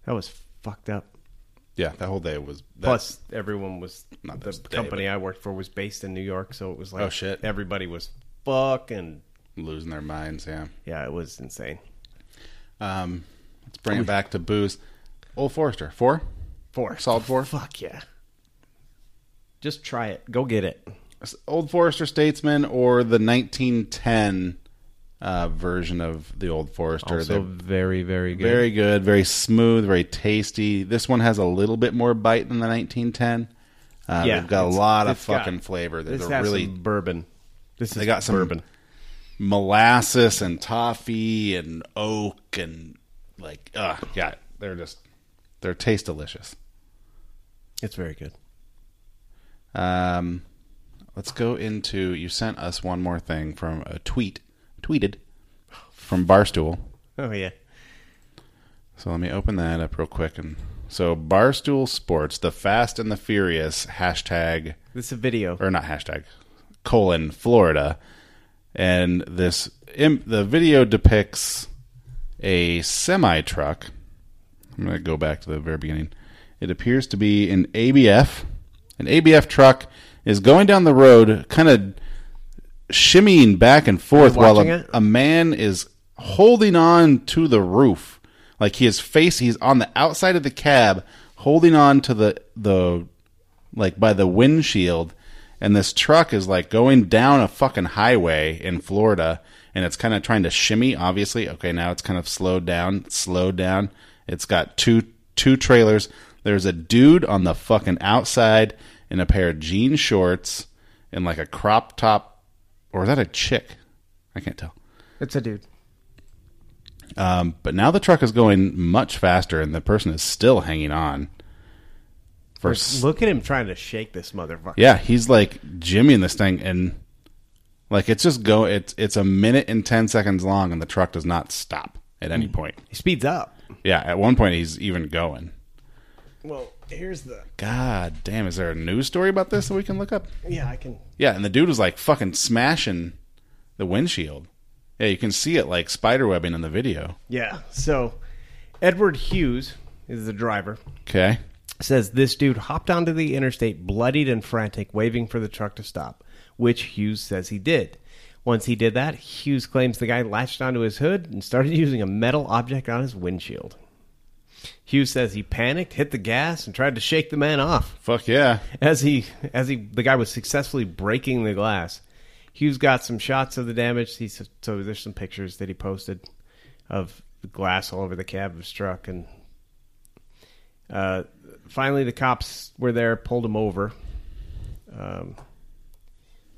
S1: That was fucked up.
S2: Yeah, that whole day was that,
S1: Plus, everyone was
S2: Not
S1: the
S2: this day,
S1: company I worked for was based in New York, so it was like
S2: Oh, shit.
S1: everybody was fucking
S2: losing their minds. Yeah.
S1: yeah, it was insane.
S2: Um, let's bring it back to booze. Old Forester four,
S1: Four
S2: solid four.
S1: fuck yeah. Just try it. Go get it.
S2: Old Forester Statesman or the 1910 uh, version of the Old Forester.
S1: Also,
S2: They're
S1: very very good.
S2: very good, very smooth, very tasty. This one has a little bit more bite than the 1910. Uh,
S1: Yeah,
S2: they've got a
S1: it's-
S2: lot of
S1: it's got-
S2: fucking flavor. They're,
S1: This
S2: they're
S1: has
S2: really
S1: some bourbon. This is
S2: They got some-
S1: bourbon.
S2: molasses and toffee and oak and like, uh, yeah, they're just they're taste delicious.
S1: It's very good.
S2: Um, let's go into. You sent us one more thing from a tweet, tweeted from Barstool.
S1: Oh yeah.
S2: So let me open that up real quick. And so Barstool Sports, the Fast and the Furious hashtag
S1: This is a video.
S2: or not hashtag colon Florida, and this im- the video depicts a semi truck. I'm going to go back to the very beginning. It appears to be an ABF. An ABF truck is going down the road, kind of shimmying back and forth
S1: you
S2: while
S1: watching
S2: a,
S1: it?
S2: a man is holding on to the roof. Like his face, he's on the outside of the cab, holding on to the the like by the windshield and this truck is like going down a fucking highway in Florida and it's kind of trying to shimmy obviously okay now it's kind of slowed down slowed down it's got two two trailers there's a dude on the fucking outside in a pair of jean shorts and like a crop top or is that a chick I can't tell
S1: It's a dude.
S2: um, but now the truck is going much faster and the person is still hanging on for s-
S1: Look at him trying to shake this motherfucker.
S2: Yeah, he's like jimmying this thing, and like it's just go. It's it's a minute and ten seconds long, and the truck does not stop at
S1: Hmm.
S2: any point.
S1: He speeds up.
S2: Yeah, at one point he's even going.
S1: Well, here's the
S2: God damn! Is there a news story about this that we can look up?
S1: yeah. I can.
S2: Yeah, and the dude was like fucking smashing the windshield. Yeah, you can see it like spider webbing in the video.
S1: Yeah. So, Edward Hughes is the driver.
S2: Okay,
S1: says this dude hopped onto the interstate bloodied and frantic, waving for the truck to stop, which Hughes says he did. Once he did that, Hughes claims the guy latched onto his hood and started [laughs] using a metal object on his windshield. Hughes says he panicked, hit the gas, and tried to shake the man off.
S2: fuck yeah.
S1: As he as he the guy was successfully breaking the glass. Hughes got some shots of the damage. He s- so there's some pictures that he posted of the glass all over the cab of his truck and uh, finally the cops were there, pulled him over. Um,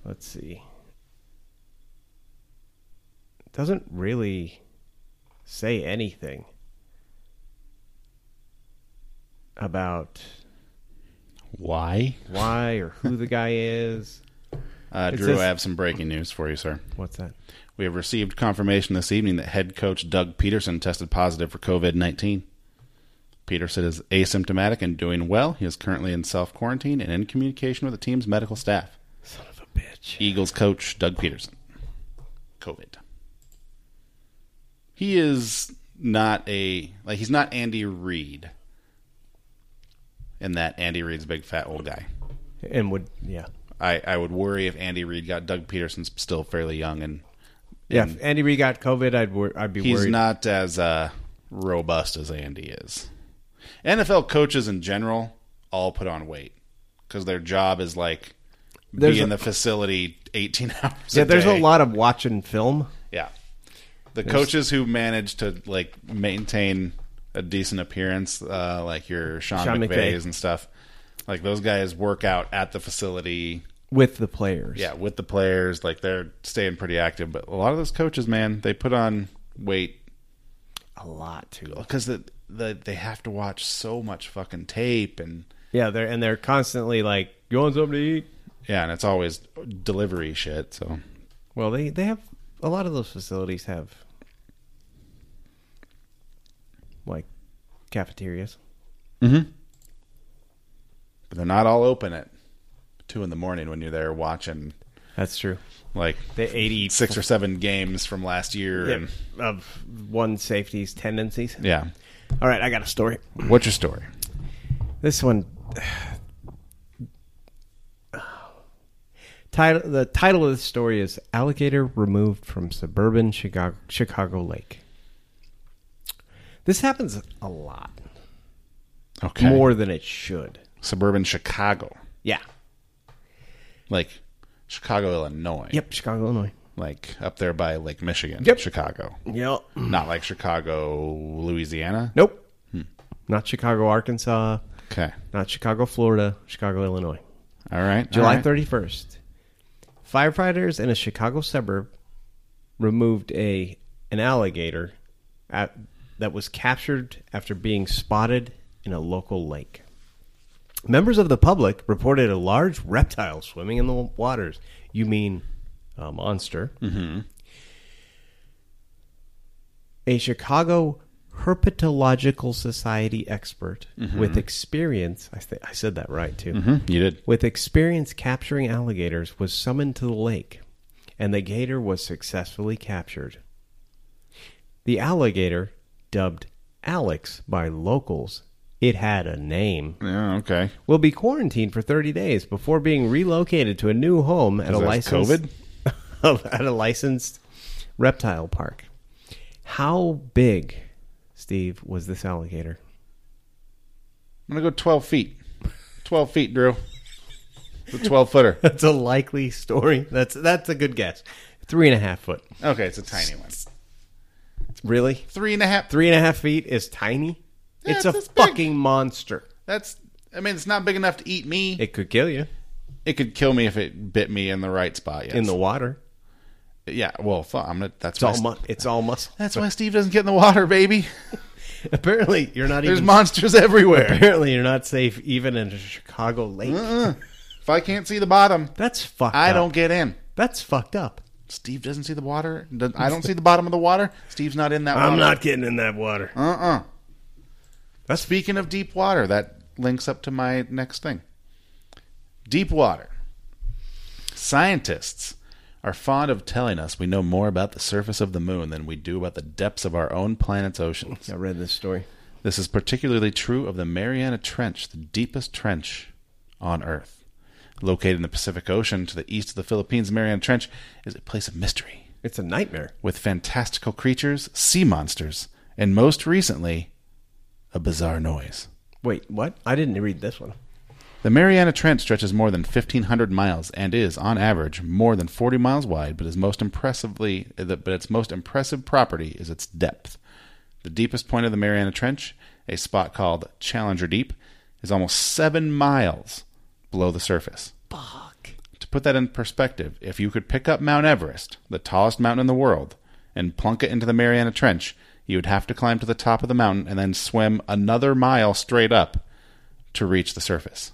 S1: let's see. Doesn't really say anything about
S2: Why?
S1: why or who the guy is.
S2: Uh,
S1: It
S2: Drew,
S1: says-
S2: I have some breaking news for you, sir.
S1: What's that?
S2: We have received confirmation this evening that head coach Doug Peterson tested positive for COVID 19. Peterson is asymptomatic and doing well. He is currently in self quarantine and in communication with the team's medical staff.
S1: Son of a bitch.
S2: Eagles coach Doug Peterson. COVID. He is not a, like, he's not Andy Reid in that Andy Reid's big fat old guy.
S1: And would yeah.
S2: I, I would worry if Andy Reid got Doug Peterson's still fairly young and
S1: Yeah, if Andy Reid got COVID, I'd wor- I'd be
S2: he's
S1: worried.
S2: not as uh, robust as Andy is. NFL coaches in general all put on weight because their job is like
S1: There's
S2: be in
S1: a-
S2: the facility eighteen [laughs] hours.
S1: yeah, there's
S2: day.
S1: a lot of watching film.
S2: Yeah, the coaches who manage to like maintain a decent appearance, uh, like your Sean,
S1: Sean McVay.
S2: McVays and stuff, like those guys work out at the facility.
S1: with the players.
S2: Yeah, with the players, like they're staying pretty active. But a lot of those coaches, man, they put on weight
S1: a lot too.
S2: because the, they have to watch so much fucking tape and
S1: Yeah, they're and they're constantly like, "You want something to eat?"
S2: yeah, and it's always delivery shit. So
S1: Well, they they have a lot of those facilities have like cafeterias.
S2: but they're not all open at two in the morning when you're there watching
S1: That's true.
S2: like
S1: They eighty
S2: six or seven games from last year and
S1: of one safety's tendencies.
S2: yeah.
S1: All right, I got a story.
S2: What's your story?
S1: This one [sighs] title the title of this story is Alligator Removed from Suburban Chicago Chicago Lake. This happens a lot.
S2: Okay.
S1: More than it should.
S2: suburban Chicago.
S1: Yeah.
S2: Like Chicago, Illinois.
S1: Yep, Chicago, Illinois.
S2: Like up there by Lake Michigan.
S1: Yep.
S2: Chicago.
S1: Yep.
S2: Not like Chicago, Louisiana.
S1: Nope. Not Chicago, Arkansas.
S2: Okay.
S1: Not Chicago, Florida. Chicago, Illinois.
S2: All right.
S1: July
S2: All right.
S1: 31st. Firefighters in a Chicago suburb removed a an alligator at, that was captured after being spotted in a local lake. Members of the public reported a large reptile swimming in the waters. You mean a monster? a Chicago Herpetological Society expert with experience. I, th- I said that right too.
S2: Mhm, You did.
S1: With experience capturing alligators, was summoned to the lake, and the gator was successfully captured. The alligator, dubbed Alex by locals, it had a name,
S2: Yeah, okay.
S1: will be quarantined for 30 days before being relocated to a new home at a
S2: Is that
S1: licensed [laughs] at a licensed reptile park. How big, Steve, was this alligator?
S2: I'm going to go 12 feet. 12 feet, Drew. The 12 footer.
S1: That's a likely story. That's that's a good guess. Three and a half foot.
S2: Okay, it's a tiny one.
S1: Really?
S2: Three and a half.
S1: Three and a half feet is tiny.
S2: Yeah,
S1: it's,
S2: it's
S1: a
S2: this big.
S1: fucking monster.
S2: That's, I mean, it's not big enough to eat me. It,
S1: It could kill you
S2: could kill me if it bit me in the right spot. Yes.
S1: in the water.
S2: yeah, well, fuck, I'm gonna, that's
S1: It's all
S2: why
S1: mu- it's all muscle. [laughs]
S2: That's why Steve doesn't get in the water, baby.
S1: Apparently, you're not
S2: There's
S1: even.
S2: monsters everywhere.
S1: [laughs] apparently, you're not safe even in a Chicago lake.
S2: If I can't see the bottom,
S1: That's fucked.
S2: I
S1: up.
S2: don't get in.
S1: That's fucked up.
S2: Steve doesn't see the water. Does- I don't see the bottom of the water. Steve's not in that
S1: I'm
S2: water.
S1: not getting in that water.
S2: Uh uh
S1: That's fe-
S2: Speaking of deep water, that links up to my next thing. Deep water. Scientists are fond of telling us we know more about the surface of the moon than we do about the depths of our own planet's oceans.
S1: I read this story.
S2: This is particularly true of the Mariana Trench, the deepest trench on Earth. Located in the Pacific Ocean to the east of the Philippines, Mariana Trench is a place of mystery
S1: It's a nightmare.
S2: with fantastical creatures, sea monsters, and most recently, a bizarre noise.
S1: Wait, what? I didn't read this one.
S2: The Mariana Trench stretches more than 1,500 miles and is, on average, more than 40 miles wide. But is most impressively, but its most impressive property is its depth. The deepest point of the Mariana Trench, a spot called Challenger Deep, is almost seven miles below the surface.
S1: Fuck.
S2: To put that in perspective, if you could pick up Mount Everest, the tallest mountain in the world, and plunk it into the Mariana Trench, you would have to climb to the top of the mountain and then swim another mile straight up to reach the surface.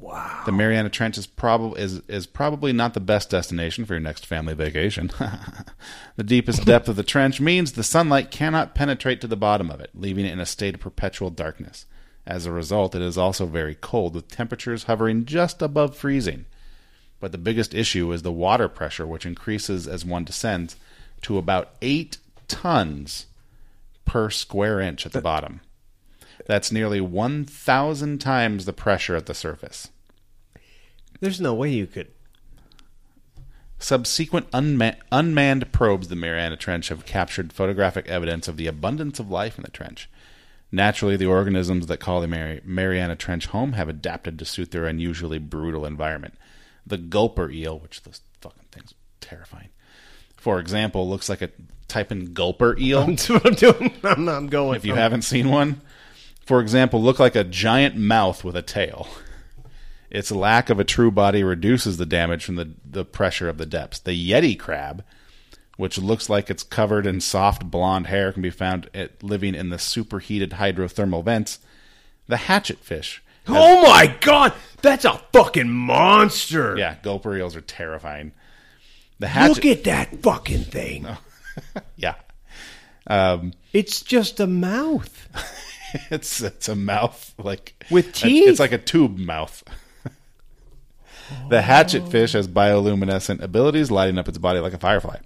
S1: Wow.
S2: The Mariana Trench is probably is is probably not the best destination for your next family vacation. [laughs] the deepest depth of the trench means the sunlight cannot penetrate to the bottom of it, leaving it in a state of perpetual darkness. As a result, it is also very cold with temperatures hovering just above freezing. But the biggest issue is the water pressure which increases as one descends to about 8 tons per square inch at the bottom. That's nearly 1000 times the pressure at the surface.
S1: There's no way you could. [laughs]
S2: Subsequent unma- unmanned probes the Mariana Trench have captured photographic evidence of the abundance of life in the trench. Naturally, the organisms that call the Mari- Mariana Trench home have adapted to suit their unusually brutal environment. The gulper eel, which this fucking thing's terrifying, for example, looks like a type in gulper eel.
S1: That's what I'm doing. I'm, I'm going.
S2: if you
S1: from-
S2: haven't seen one, for example, look like a giant mouth with a tail. Its lack of a true body reduces the damage from the, the pressure of the depths. The Yeti crab, which looks like it's covered in soft blonde hair, can be found at living in the superheated hydrothermal vents. The hatchet fish.
S1: Oh my god, that's a fucking monster.
S2: Yeah, gulper eels are terrifying. The
S1: Look
S2: hatchet.
S1: at that fucking thing.
S2: Uh-huh. yeah. Um,
S1: It's just a mouth.
S2: [laughs] it's it's a mouth like
S1: With
S2: a-
S1: teeth?
S2: it's like a tube mouth. [laughs] the hatchet fish has bioluminescent abilities, lighting up its body like a firefly.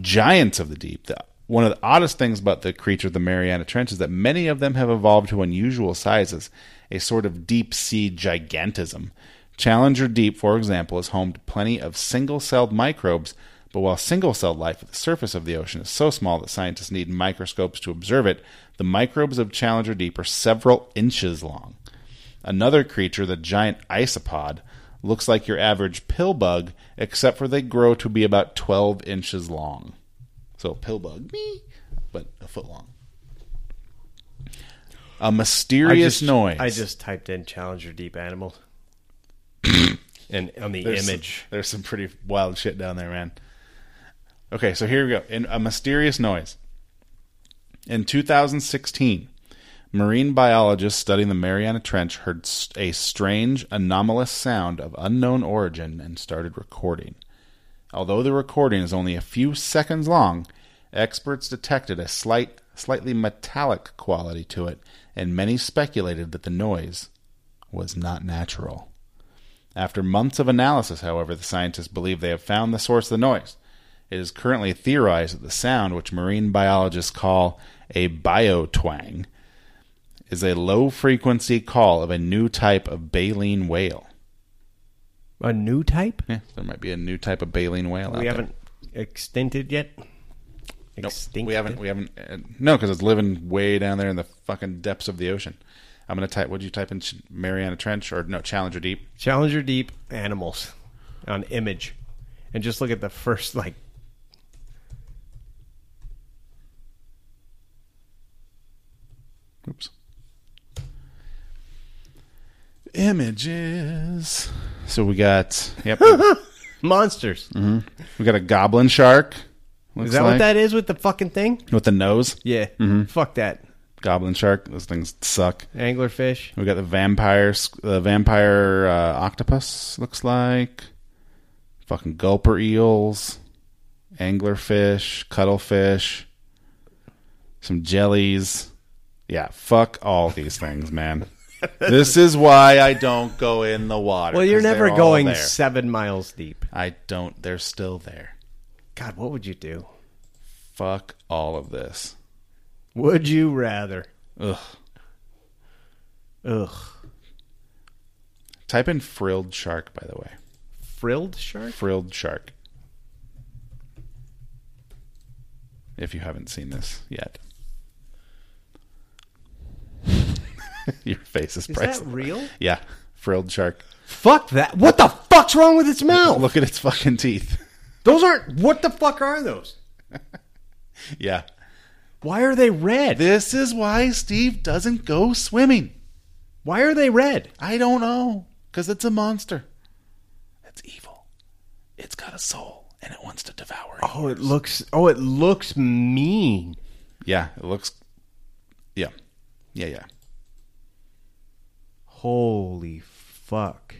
S2: Giants of the deep. The, one of the oddest things about the creature of the Mariana Trench is that many of them have evolved to unusual sizes, a sort of deep sea gigantism. Challenger Deep, for example, is home to plenty of single celled microbes, but while single celled life at the surface of the ocean is so small that scientists need microscopes to observe it, the microbes of Challenger Deep are several inches long. Another creature, the giant isopod, looks like your average pill bug, except for they grow to be about 12 inches long. So, pill bug, me, but a foot long. A mysterious noise.
S1: I just typed in Challenger Deep [coughs] Animal. and on the
S2: There's
S1: image.
S2: Some, there's some pretty wild shit down there, man. Okay, so here we go. In a mysterious noise. In 2016, marine biologists studying the Mariana Trench heard s- a strange, anomalous sound of unknown origin and started recording. Although the recording is only a few seconds long, experts detected a slight, slightly metallic quality to it, and many speculated that the noise was not natural. After months of analysis, however, the scientists believe they have found the source of the noise. It is currently theorized that the sound, which marine biologists call a biotwang, is a low frequency call of a new type of baleen whale.
S1: A new type?
S2: Yeah, there might be a new type of baleen whale out
S1: we
S2: there.
S1: haven't extincted yet.
S2: Nope,
S1: Extinct.
S2: we haven't. We haven't. Uh, no, because it's living way down there in the fucking depths of the ocean. I'm gonna type. What'd you type in? Ch- Mariana Trench or no Challenger Deep?
S1: Challenger Deep Animals on image. And just look at the first like
S2: Oops. Images. So we got yep. we
S1: monsters.
S2: got a goblin shark. Looks
S1: Is that
S2: like,
S1: what that is with the fucking thing?
S2: With the nose,
S1: Yeah. Mm-hmm. Fuck that.
S2: goblin shark. Those things suck.
S1: Anglerfish.
S2: We got the vampire, sc- the vampire uh, octopus. Looks like fucking gulper eels, anglerfish, cuttlefish, some jellies. Yeah, fuck all these things,
S1: [laughs]
S2: man. this is why I don't go in the water.
S1: Well, you're
S2: 'cause
S1: never
S2: they're all
S1: going
S2: there.
S1: seven miles deep.
S2: I don't. They're still there.
S1: God, what would you do?
S2: Fuck all of this.
S1: Would you rather?
S2: Ugh.
S1: Ugh.
S2: Type in frilled shark, by the way.
S1: Frilled shark?
S2: Frilled shark. If you haven't seen this yet, [laughs] your face is,
S1: Is
S2: priceless.
S1: that real?
S2: Yeah, frilled shark.
S1: Fuck that. What the fuck's wrong with its mouth?
S2: Look at its fucking teeth.
S1: [laughs]
S2: [laughs]
S1: Those aren't. What the fuck are those?
S2: Yeah.
S1: Why are they red?
S2: This is why Steve doesn't go swimming.
S1: Why are they red?
S2: I don't know. Because it's a monster. It's evil. It's got a soul and it wants to devour it.
S1: Oh, it looks. Oh, it looks mean.
S2: Yeah, it looks. Yeah. Yeah, yeah.
S1: Holy fuck.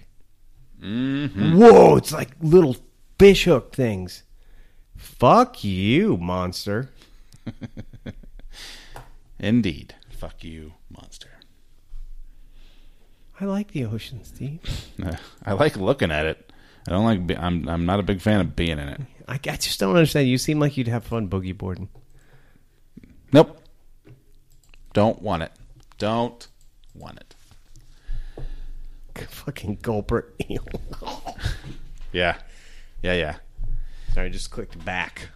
S1: Whoa, it's like little fish hook things. Fuck you, monster.
S2: Indeed. Fuck you, monster.
S1: I like the ocean, Steve.
S2: Uh, [laughs] I like looking at it. I don't like. Be- I'm. I'm not a big fan of being in it.
S1: I, I just don't understand. You seem like you'd have fun boogie boarding. [laughs]
S2: Nope. Don't want it. Don't want it.
S1: Fucking gulper eel. [laughs]
S2: Yeah. Yeah. Yeah.
S1: Sorry, I just clicked back.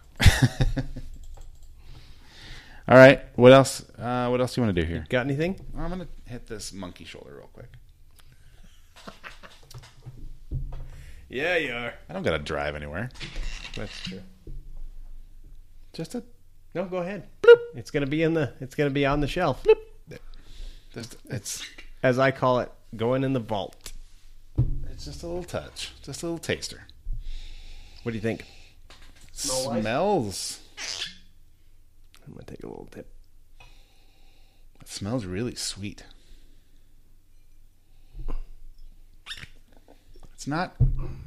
S2: All right. What else? Uh, what else do you want to do here?
S1: Got anything?
S2: I'm gonna hit this monkey shoulder real quick.
S1: Yeah, you are.
S2: I don't gotta drive anywhere.
S1: That's true.
S2: Just a.
S1: No, go ahead. It's gonna be in the. It's gonna be on the shelf,
S2: Just, it's.
S1: as I call it, going in the vault.
S2: It's just a little touch. Just a little taster.
S1: What do you think?
S2: smells.
S1: I'm gonna take a little tip.
S2: It smells really sweet. It's not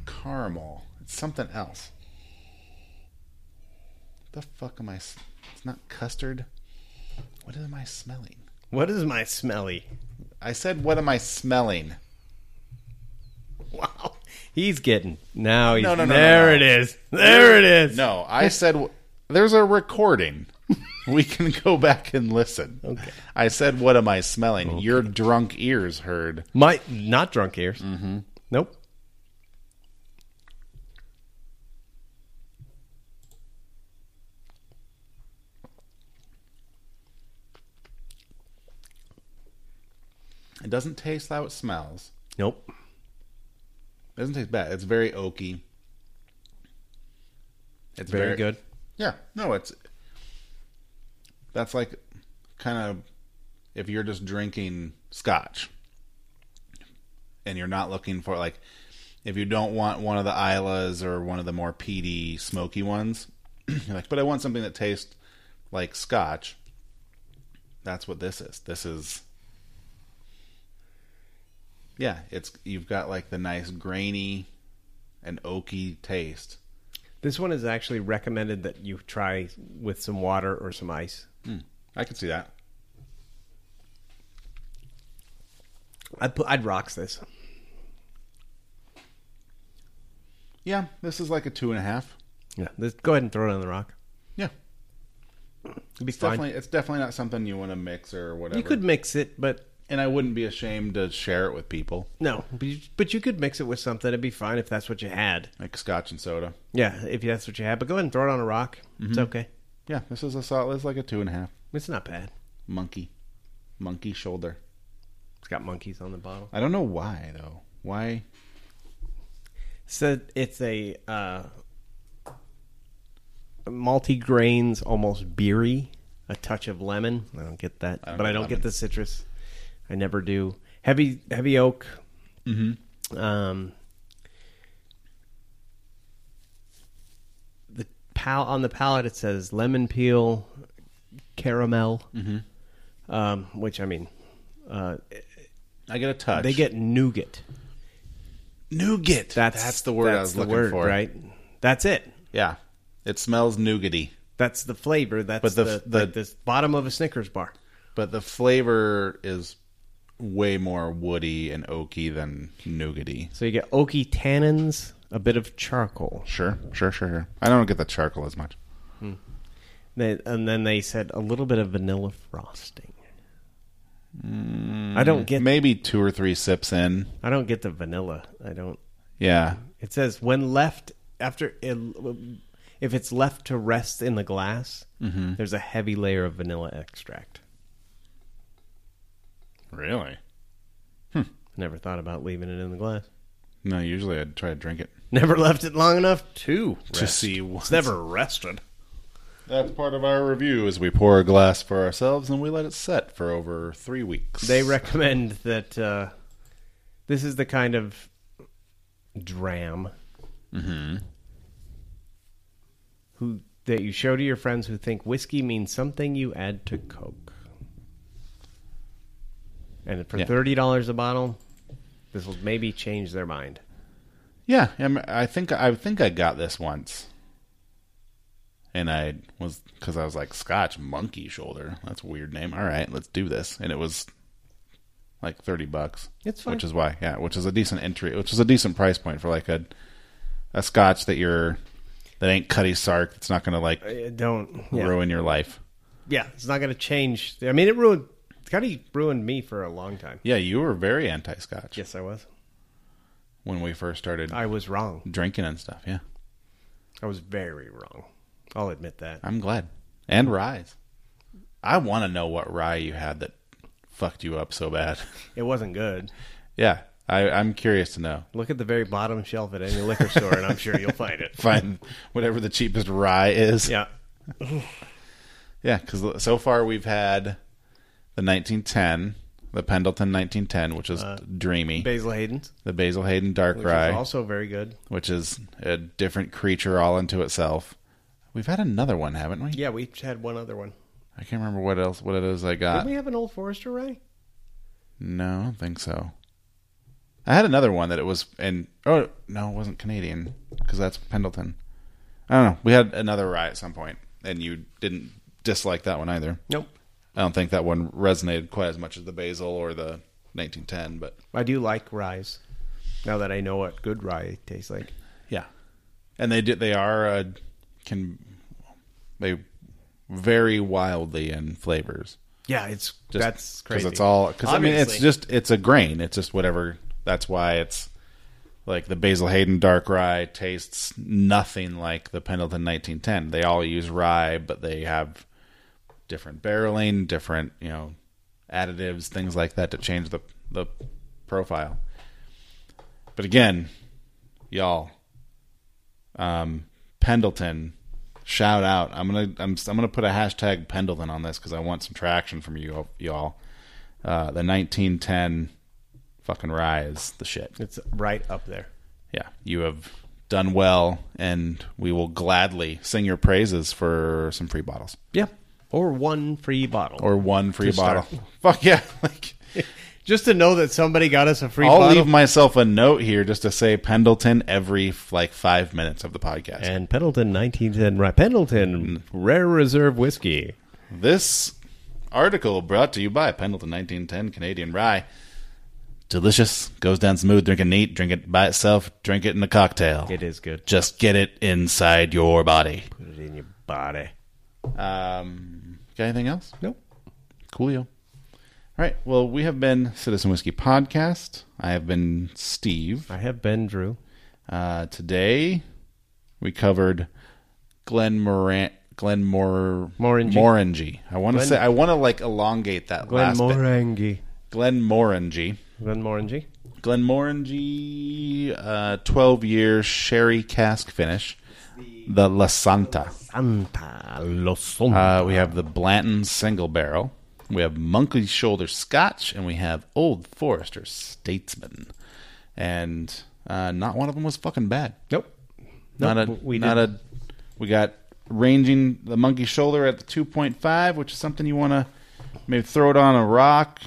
S2: caramel. It's something else. The fuck am I? s- It's not custard. What am I smelling?
S1: What is my smelly?
S2: I said, what am I smelling?
S1: Wow. He's getting now. He's,
S2: No, no, no,
S1: There
S2: no, no.
S1: it is. There it is.
S2: No, I said w- there's a recording. we can go back and listen.
S1: Okay.
S2: I said, what am I smelling? Your drunk ears heard.
S1: My not drunk ears. Mm-hmm. Nope.
S2: It doesn't taste how it smells.
S1: Nope.
S2: It doesn't taste bad. It's very oaky. It's
S1: Very good.
S2: Yeah. No, it's that's like kind of if you're just drinking scotch and you're not looking for like if you don't want one of the Islas or one of the more peaty, smoky ones, [clears throat] you're like, but I want something that tastes like scotch. That's what this is. This is Yeah, it's you've got like the nice grainy and oaky taste.
S1: This one is actually recommended that you try with some water or some ice.
S2: I can see that.
S1: I'd put, I'd rocks this.
S2: Yeah, this is like a two and a half.
S1: Yeah. This, go ahead and throw it on the rock.
S2: Yeah,
S1: It'd be
S2: it's
S1: fine.
S2: definitely it's definitely not something you want to mix or whatever.
S1: You could mix it, but
S2: and I wouldn't be ashamed to share it with people,
S1: no. But you, but you could mix it with something. It'd be fine if that's what you had.
S2: like scotch and soda.
S1: Yeah, if that's what you had. But go ahead and throw it on a rock. It's okay.
S2: Yeah, this is a solid. It's like a two and a half.
S1: It's not bad.
S2: Monkey, monkey shoulder.
S1: It's got monkeys on the bottle.
S2: I don't know why though. Why?
S1: So it's a uh, multi grains, almost beery, a touch of lemon. I don't get that,
S2: don't
S1: but I
S2: get
S1: don't
S2: lemon.
S1: get the citrus. I never do. Heavy heavy oak. Mm-hmm. Um, the pal on the palate it says lemon peel, caramel,
S2: Mm-hmm.
S1: um, which I mean. Uh,
S2: I get a touch.
S1: they get nougat.
S2: nougat.
S1: That's
S2: the word I
S1: that's
S2: was
S1: the
S2: looking
S1: word,
S2: for.
S1: Right. That's it.
S2: Yeah, it smells nougaty,
S1: That's the flavor. That's
S2: But
S1: the
S2: the-
S1: the,
S2: the-
S1: like this bottom of a Snickers bar.
S2: but the flavor is way more woody and oaky than nougaty.
S1: So you get oaky tannins, a bit of charcoal,
S2: Sure, sure, sure, sure. I don't get the charcoal as much.
S1: they, and then they said a little bit of vanilla frosting. I don't get.
S2: Maybe two or three sips in.
S1: I don't get the vanilla. I don't.
S2: Yeah.
S1: It says when left after it- if it's left to rest in the glass, there's a heavy layer of vanilla extract.
S2: Really?
S1: Never thought about leaving it in the glass.
S2: No, usually I'd try to drink it.
S1: Never left it long enough to
S2: To
S1: rest.
S2: see
S1: It's
S2: what's-
S1: never rested.
S2: That's part of our review is we pour a glass for ourselves and we let it set for over three weeks.
S1: they recommend that uh, this is the kind of dram
S2: Mm-hmm.
S1: who that you show to your friends who think whiskey means something you add to coke. And for
S2: Yeah.
S1: thirty dollars a bottle, this will maybe change their mind.
S2: Yeah, I'm- I think I think I got this once, and I was because I was like Scotch Monkey Shoulder. That's a weird name. All right, let's do this, and it was like thirty bucks.
S1: It's fine.
S2: which is why yeah, which is a decent entry, which is a decent price point for like a a Scotch that you're that ain't Cutty Sark. That's not going to like
S1: I Uh, don't. Yeah,
S2: ruin your life.
S1: yeah it's not going to change. I mean, it ruined. It's kind of ruined me for a long time.
S2: Yeah, you were very anti-Scotch
S1: Yes, I was.
S2: when we first started
S1: I was wrong.
S2: drinking and stuff. Yeah,
S1: I was very wrong. I'll admit that.
S2: I'm glad. And rye. I want to know what rye you had that fucked you up so bad. [laughs]
S1: It wasn't good.
S2: yeah, I, I'm curious to know. [laughs]
S1: Look at the very bottom shelf at any liquor store, and I'm sure you'll find
S2: [laughs]
S1: it.
S2: Find whatever the cheapest rye is.
S1: Yeah.
S2: yeah. Because so far we've had the 1910, the Pendleton 1910, which is dreamy,
S1: Basil Hayden's,
S2: the Basil Hayden Dark
S1: Uh, which
S2: Rye,
S1: is also very good.
S2: which is a different creature all unto itself. We've had another one, haven't we?
S1: Yeah, we had one other one.
S2: I can't remember what else what it is I
S1: Did
S2: got.
S1: we have an old Forester rye?
S2: No, I don't think so. I had another one that it was, and oh no, it wasn't Canadian because that's Pendleton. I don't know. We had another rye at some point, and you didn't dislike that one either.
S1: Nope.
S2: I don't think that one resonated quite as much as the basil or the 1910, but
S1: I do like rye. Now that I know what good rye tastes like.
S2: yeah, and they did. They are uh, can they vary wildly in flavors.
S1: Yeah, it's
S2: Just
S1: that's
S2: because
S1: crazy.
S2: it's all because I mean it's
S1: Obviously.
S2: just it's a grain. It's just whatever. That's why it's like the Basil Hayden dark rye tastes nothing like the Pendleton 1910. They all use rye, but they have different barreling, different you know additives, things like that to change the the profile. But again, y'all, um, Pendleton. Shout out! I'm gonna I'm, I'm gonna put a hashtag Pendleton on this because I want some traction from you y'all. Uh, the 1910 fucking rye is the shit.
S1: It's right up there.
S2: Yeah, you have done well, and we will gladly sing your praises for some free bottles
S1: Yeah. Or one free bottle.
S2: or one free
S1: To
S2: bottle. [laughs]
S1: start.
S2: Fuck yeah! Like
S1: just to know that somebody got us a free
S2: I'll
S1: bottle.
S2: leave myself a note here just to say Pendleton every like five minutes of the podcast.
S1: and Pendleton 1910 rye.
S2: Mm.
S1: Pendleton Rare Reserve Whiskey.
S2: This article brought to you by Pendleton 1910 Canadian Rye. Delicious, goes down smooth. Drink it neat. Drink it by itself. Drink it in a cocktail.
S1: It is good.
S2: Just get it inside your body.
S1: Put it in your body.
S2: Um, got anything else?
S1: Nope.
S2: Coolio. All right. Well, we have been Citizen Whiskey Podcast. I have been Steve.
S1: I have been Drew.
S2: Uh, today we covered Glenn Morant. Glenn Mor
S1: Morangy.
S2: Morangy. I want to
S1: Glenn-
S2: say I want to like elongate that
S1: Glen
S2: last bit.
S1: Morangi.
S2: Glenn Morangy.
S1: Glen Morangi.
S2: Glenn Morangy. Uh, Twelve year sherry cask finish. The La Santa.
S1: Santa Loson.
S2: Uh, we have the Blanton single barrel. We have Monkey Shoulder Scotch, and we have Old Forester Statesman. And uh, not one of them was fucking bad.
S1: nope.
S2: Not a.
S1: we
S2: not
S1: didn't.
S2: a. We got ranging the Monkey Shoulder at the two point five, which is something you want to maybe throw it on a rock,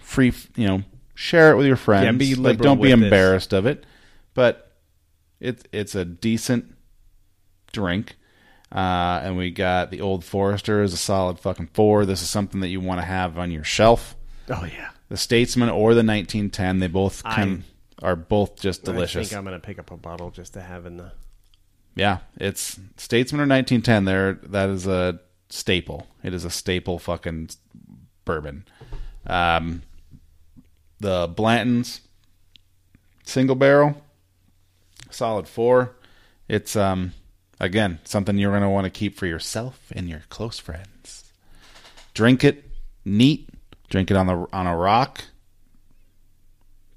S2: free. You know, share it with your friends.
S1: Yeah, be
S2: like,
S1: liberal
S2: don't be
S1: with this.
S2: embarrassed of it. But it's it's a decent drink. Uh, and we got the Old Forester is a solid fucking four. This is something that you want to have on your shelf.
S1: Oh yeah.
S2: The Statesman or the 1910, they both
S1: I-
S2: can, are both just delicious.
S1: I think I'm gonna pick up a bottle just to have in the.
S2: Yeah, it's Statesman or 1910. There, that is a staple. It is a staple fucking bourbon. Um, the Blantons single barrel, solid four. It's um again something you're gonna want to keep for yourself and your close friends. Drink it neat. Drink it on the on a rock.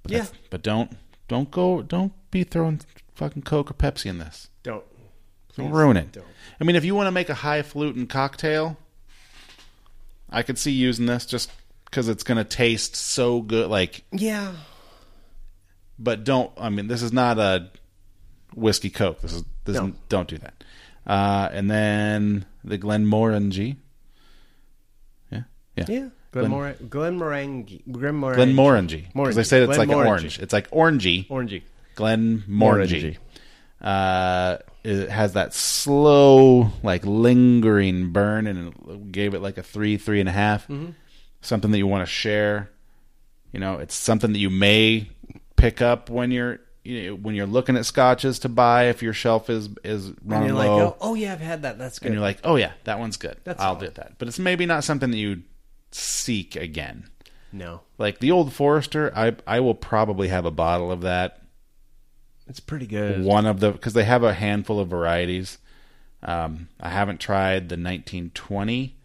S2: But
S1: Yeah.
S2: that's- but don't don't go don't be throwing fucking Coke or Pepsi in this.
S1: Don't.
S2: Don't
S1: Please
S2: ruin it.
S1: don't.
S2: I mean, if you want to make a highfalutin cocktail, I could see using this just because it's going to taste so good. Like,
S1: Yeah.
S2: but don't. I mean, this is not a whiskey coke. This is this.
S1: No.
S2: Don't do that. Uh, and then the Glenmorangie. Yeah, yeah.
S1: Yeah. Glen
S2: Glen-
S1: Mor- Glen Morangi. Glen Morangi.
S2: Glenmorangie. Because
S1: Morangie.
S2: they said it's like
S1: Glenmorangie.
S2: orange. It's like orangey.
S1: Orangey.
S2: Glenmorangie. Uh, it has that slow, like lingering burn, and it gave it like a three, three and a half.
S1: Mm-hmm.
S2: Something that you want to share. You know, it's something that you may pick up when you're you know, when you're looking at scotches to buy if your shelf is is
S1: And
S2: running
S1: you're like,
S2: low,
S1: oh, oh, yeah, I've had that. That's good.
S2: and you're like, oh yeah, that one's good.
S1: That's
S2: I'll
S1: fine.
S2: do that. But it's maybe not something that you seek again
S1: no,
S2: like the old Forester, I I will probably have a bottle of that.
S1: it's pretty good.
S2: One of the because they have a handful of varieties. Um, I haven't tried the 1920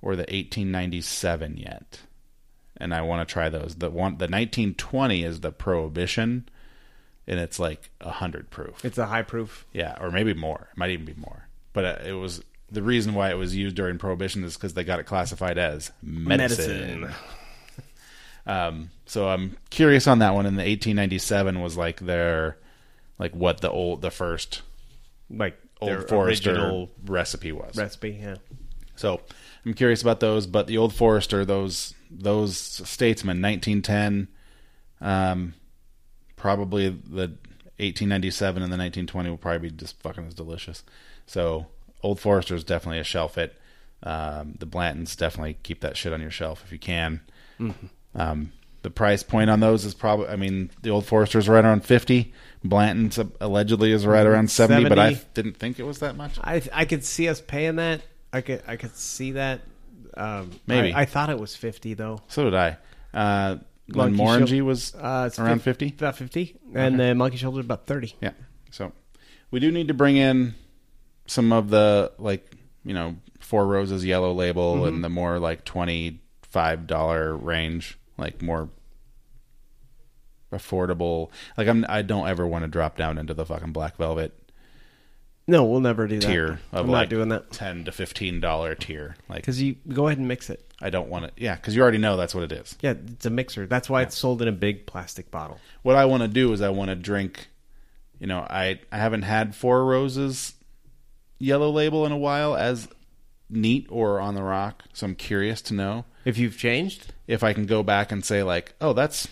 S2: or the 1897 yet, and I want to try those. The one the 1920 is the Prohibition, and it's like hundred proof.
S1: It's a high proof.
S2: Yeah, or maybe more. It might even be more. But uh, it was the reason why it was used during Prohibition is because they got it classified as medicine.
S1: Medicine.
S2: um, so I'm curious on that one. And the 1897 was like their, like what the old, the first
S1: Like Their
S2: Old Forester
S1: original
S2: recipe was.
S1: recipe. Yeah.
S2: So I'm curious about those, but the Old Forester, those those statesmen, 1910, um, probably the 1897 and the 1920 will probably be just fucking as delicious. So Old Forester is definitely a shelf it. Um, the Blantons definitely keep that shit on your shelf if you can. Um, the price point on those is probably, I mean, the Old Forester is right around 50. Blanton's uh, allegedly is right around 70, but I
S1: 70.
S2: didn't think it was that much.
S1: I I could see us paying that. I could I could see that. Um,
S2: Maybe.
S1: I, I thought it was fifty though.
S2: So did I. Uh, Glenn
S1: Monkey
S2: Morangy
S1: Shou-
S2: was
S1: Uh, it's
S2: around
S1: fif-
S2: 50.
S1: about fifty, and then Monkey Shoulder about thirty.
S2: Yeah. So we do need to bring in some of the, like, you know, Four Roses Yellow Label
S1: Mm-hmm.
S2: and the more like $25 range, like more affordable. Like, I'm, I don't ever want to drop down into the fucking Black Velvet
S1: No, we'll never do that.
S2: tier of
S1: I'm
S2: like
S1: not doing that
S2: 10 to $15 tier. Like,
S1: because you go ahead and mix it.
S2: I don't want to, yeah, because you already know that's what it is.
S1: Yeah, it's a mixer. That's why it's sold in a big plastic bottle.
S2: what I want to do is I want to drink. You know, I I haven't had Four Roses Yellow Label in a while as neat or on the rock, so I'm curious to know
S1: If you've changed,
S2: if I can go back and say like, oh, that's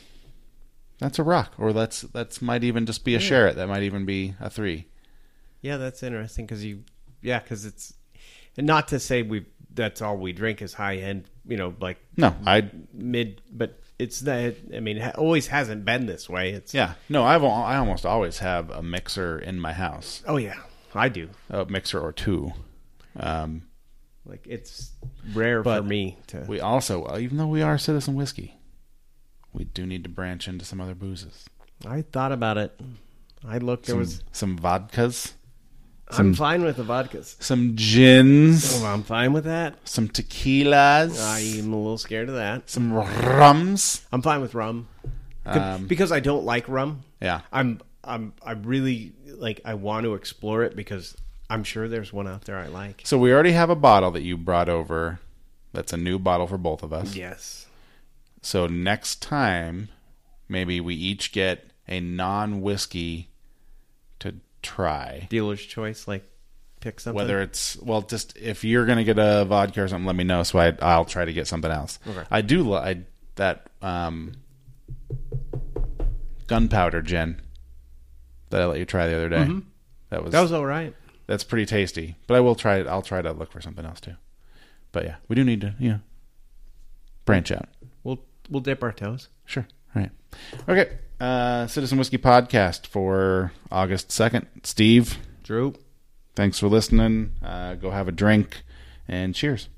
S2: that's a rock, or that's that's might even just be a share it. That might even be a three.
S1: yeah, that's interesting because you, yeah, because it's, and not to say we that's all we drink is high end, you know, like
S2: No, I
S1: mid, but it's that. I mean, it ha- always hasn't been this way. It's
S2: yeah no I've al- I almost always have a mixer in my house,
S1: Oh yeah, I do.
S2: a mixer or two. Um,
S1: Like it's rare
S2: But
S1: for me to.
S2: we also, even though we are Citizen Whiskey, we do need to branch into some other boozes.
S1: I thought about it. I looked. There was.
S2: some vodkas,
S1: I'm fine with the vodkas.
S2: some gins,
S1: Oh, I'm fine with that.
S2: some tequilas,
S1: I'm a little scared of that.
S2: some rums.
S1: I'm fine with rum C- because I don't like rum.
S2: Um, Yeah.
S1: I'm. I'm. I really like. I want to explore it because I'm sure there's one out there I like.
S2: So we already have a bottle that you brought over. That's a new bottle for both of us.
S1: Yes.
S2: So next time, maybe we each get a non whiskey to try.
S1: Dealer's choice. Like, pick something.
S2: Whether it's well, just if you're gonna get a vodka or something, let me know so I I'll try to get something else.
S1: Okay.
S2: I do like that um, gunpowder gin that I let you try the other day. That was
S1: that was all right.
S2: that's pretty tasty. But I will try it. I'll try to look for something else too. But yeah, we do need to you know branch out.
S1: We'll we'll dip our toes.
S2: Sure. All right. Okay. Uh, Citizen Whiskey Podcast for August second. Steve,
S1: Drew.
S2: thanks for listening. Uh, go have a drink and cheers.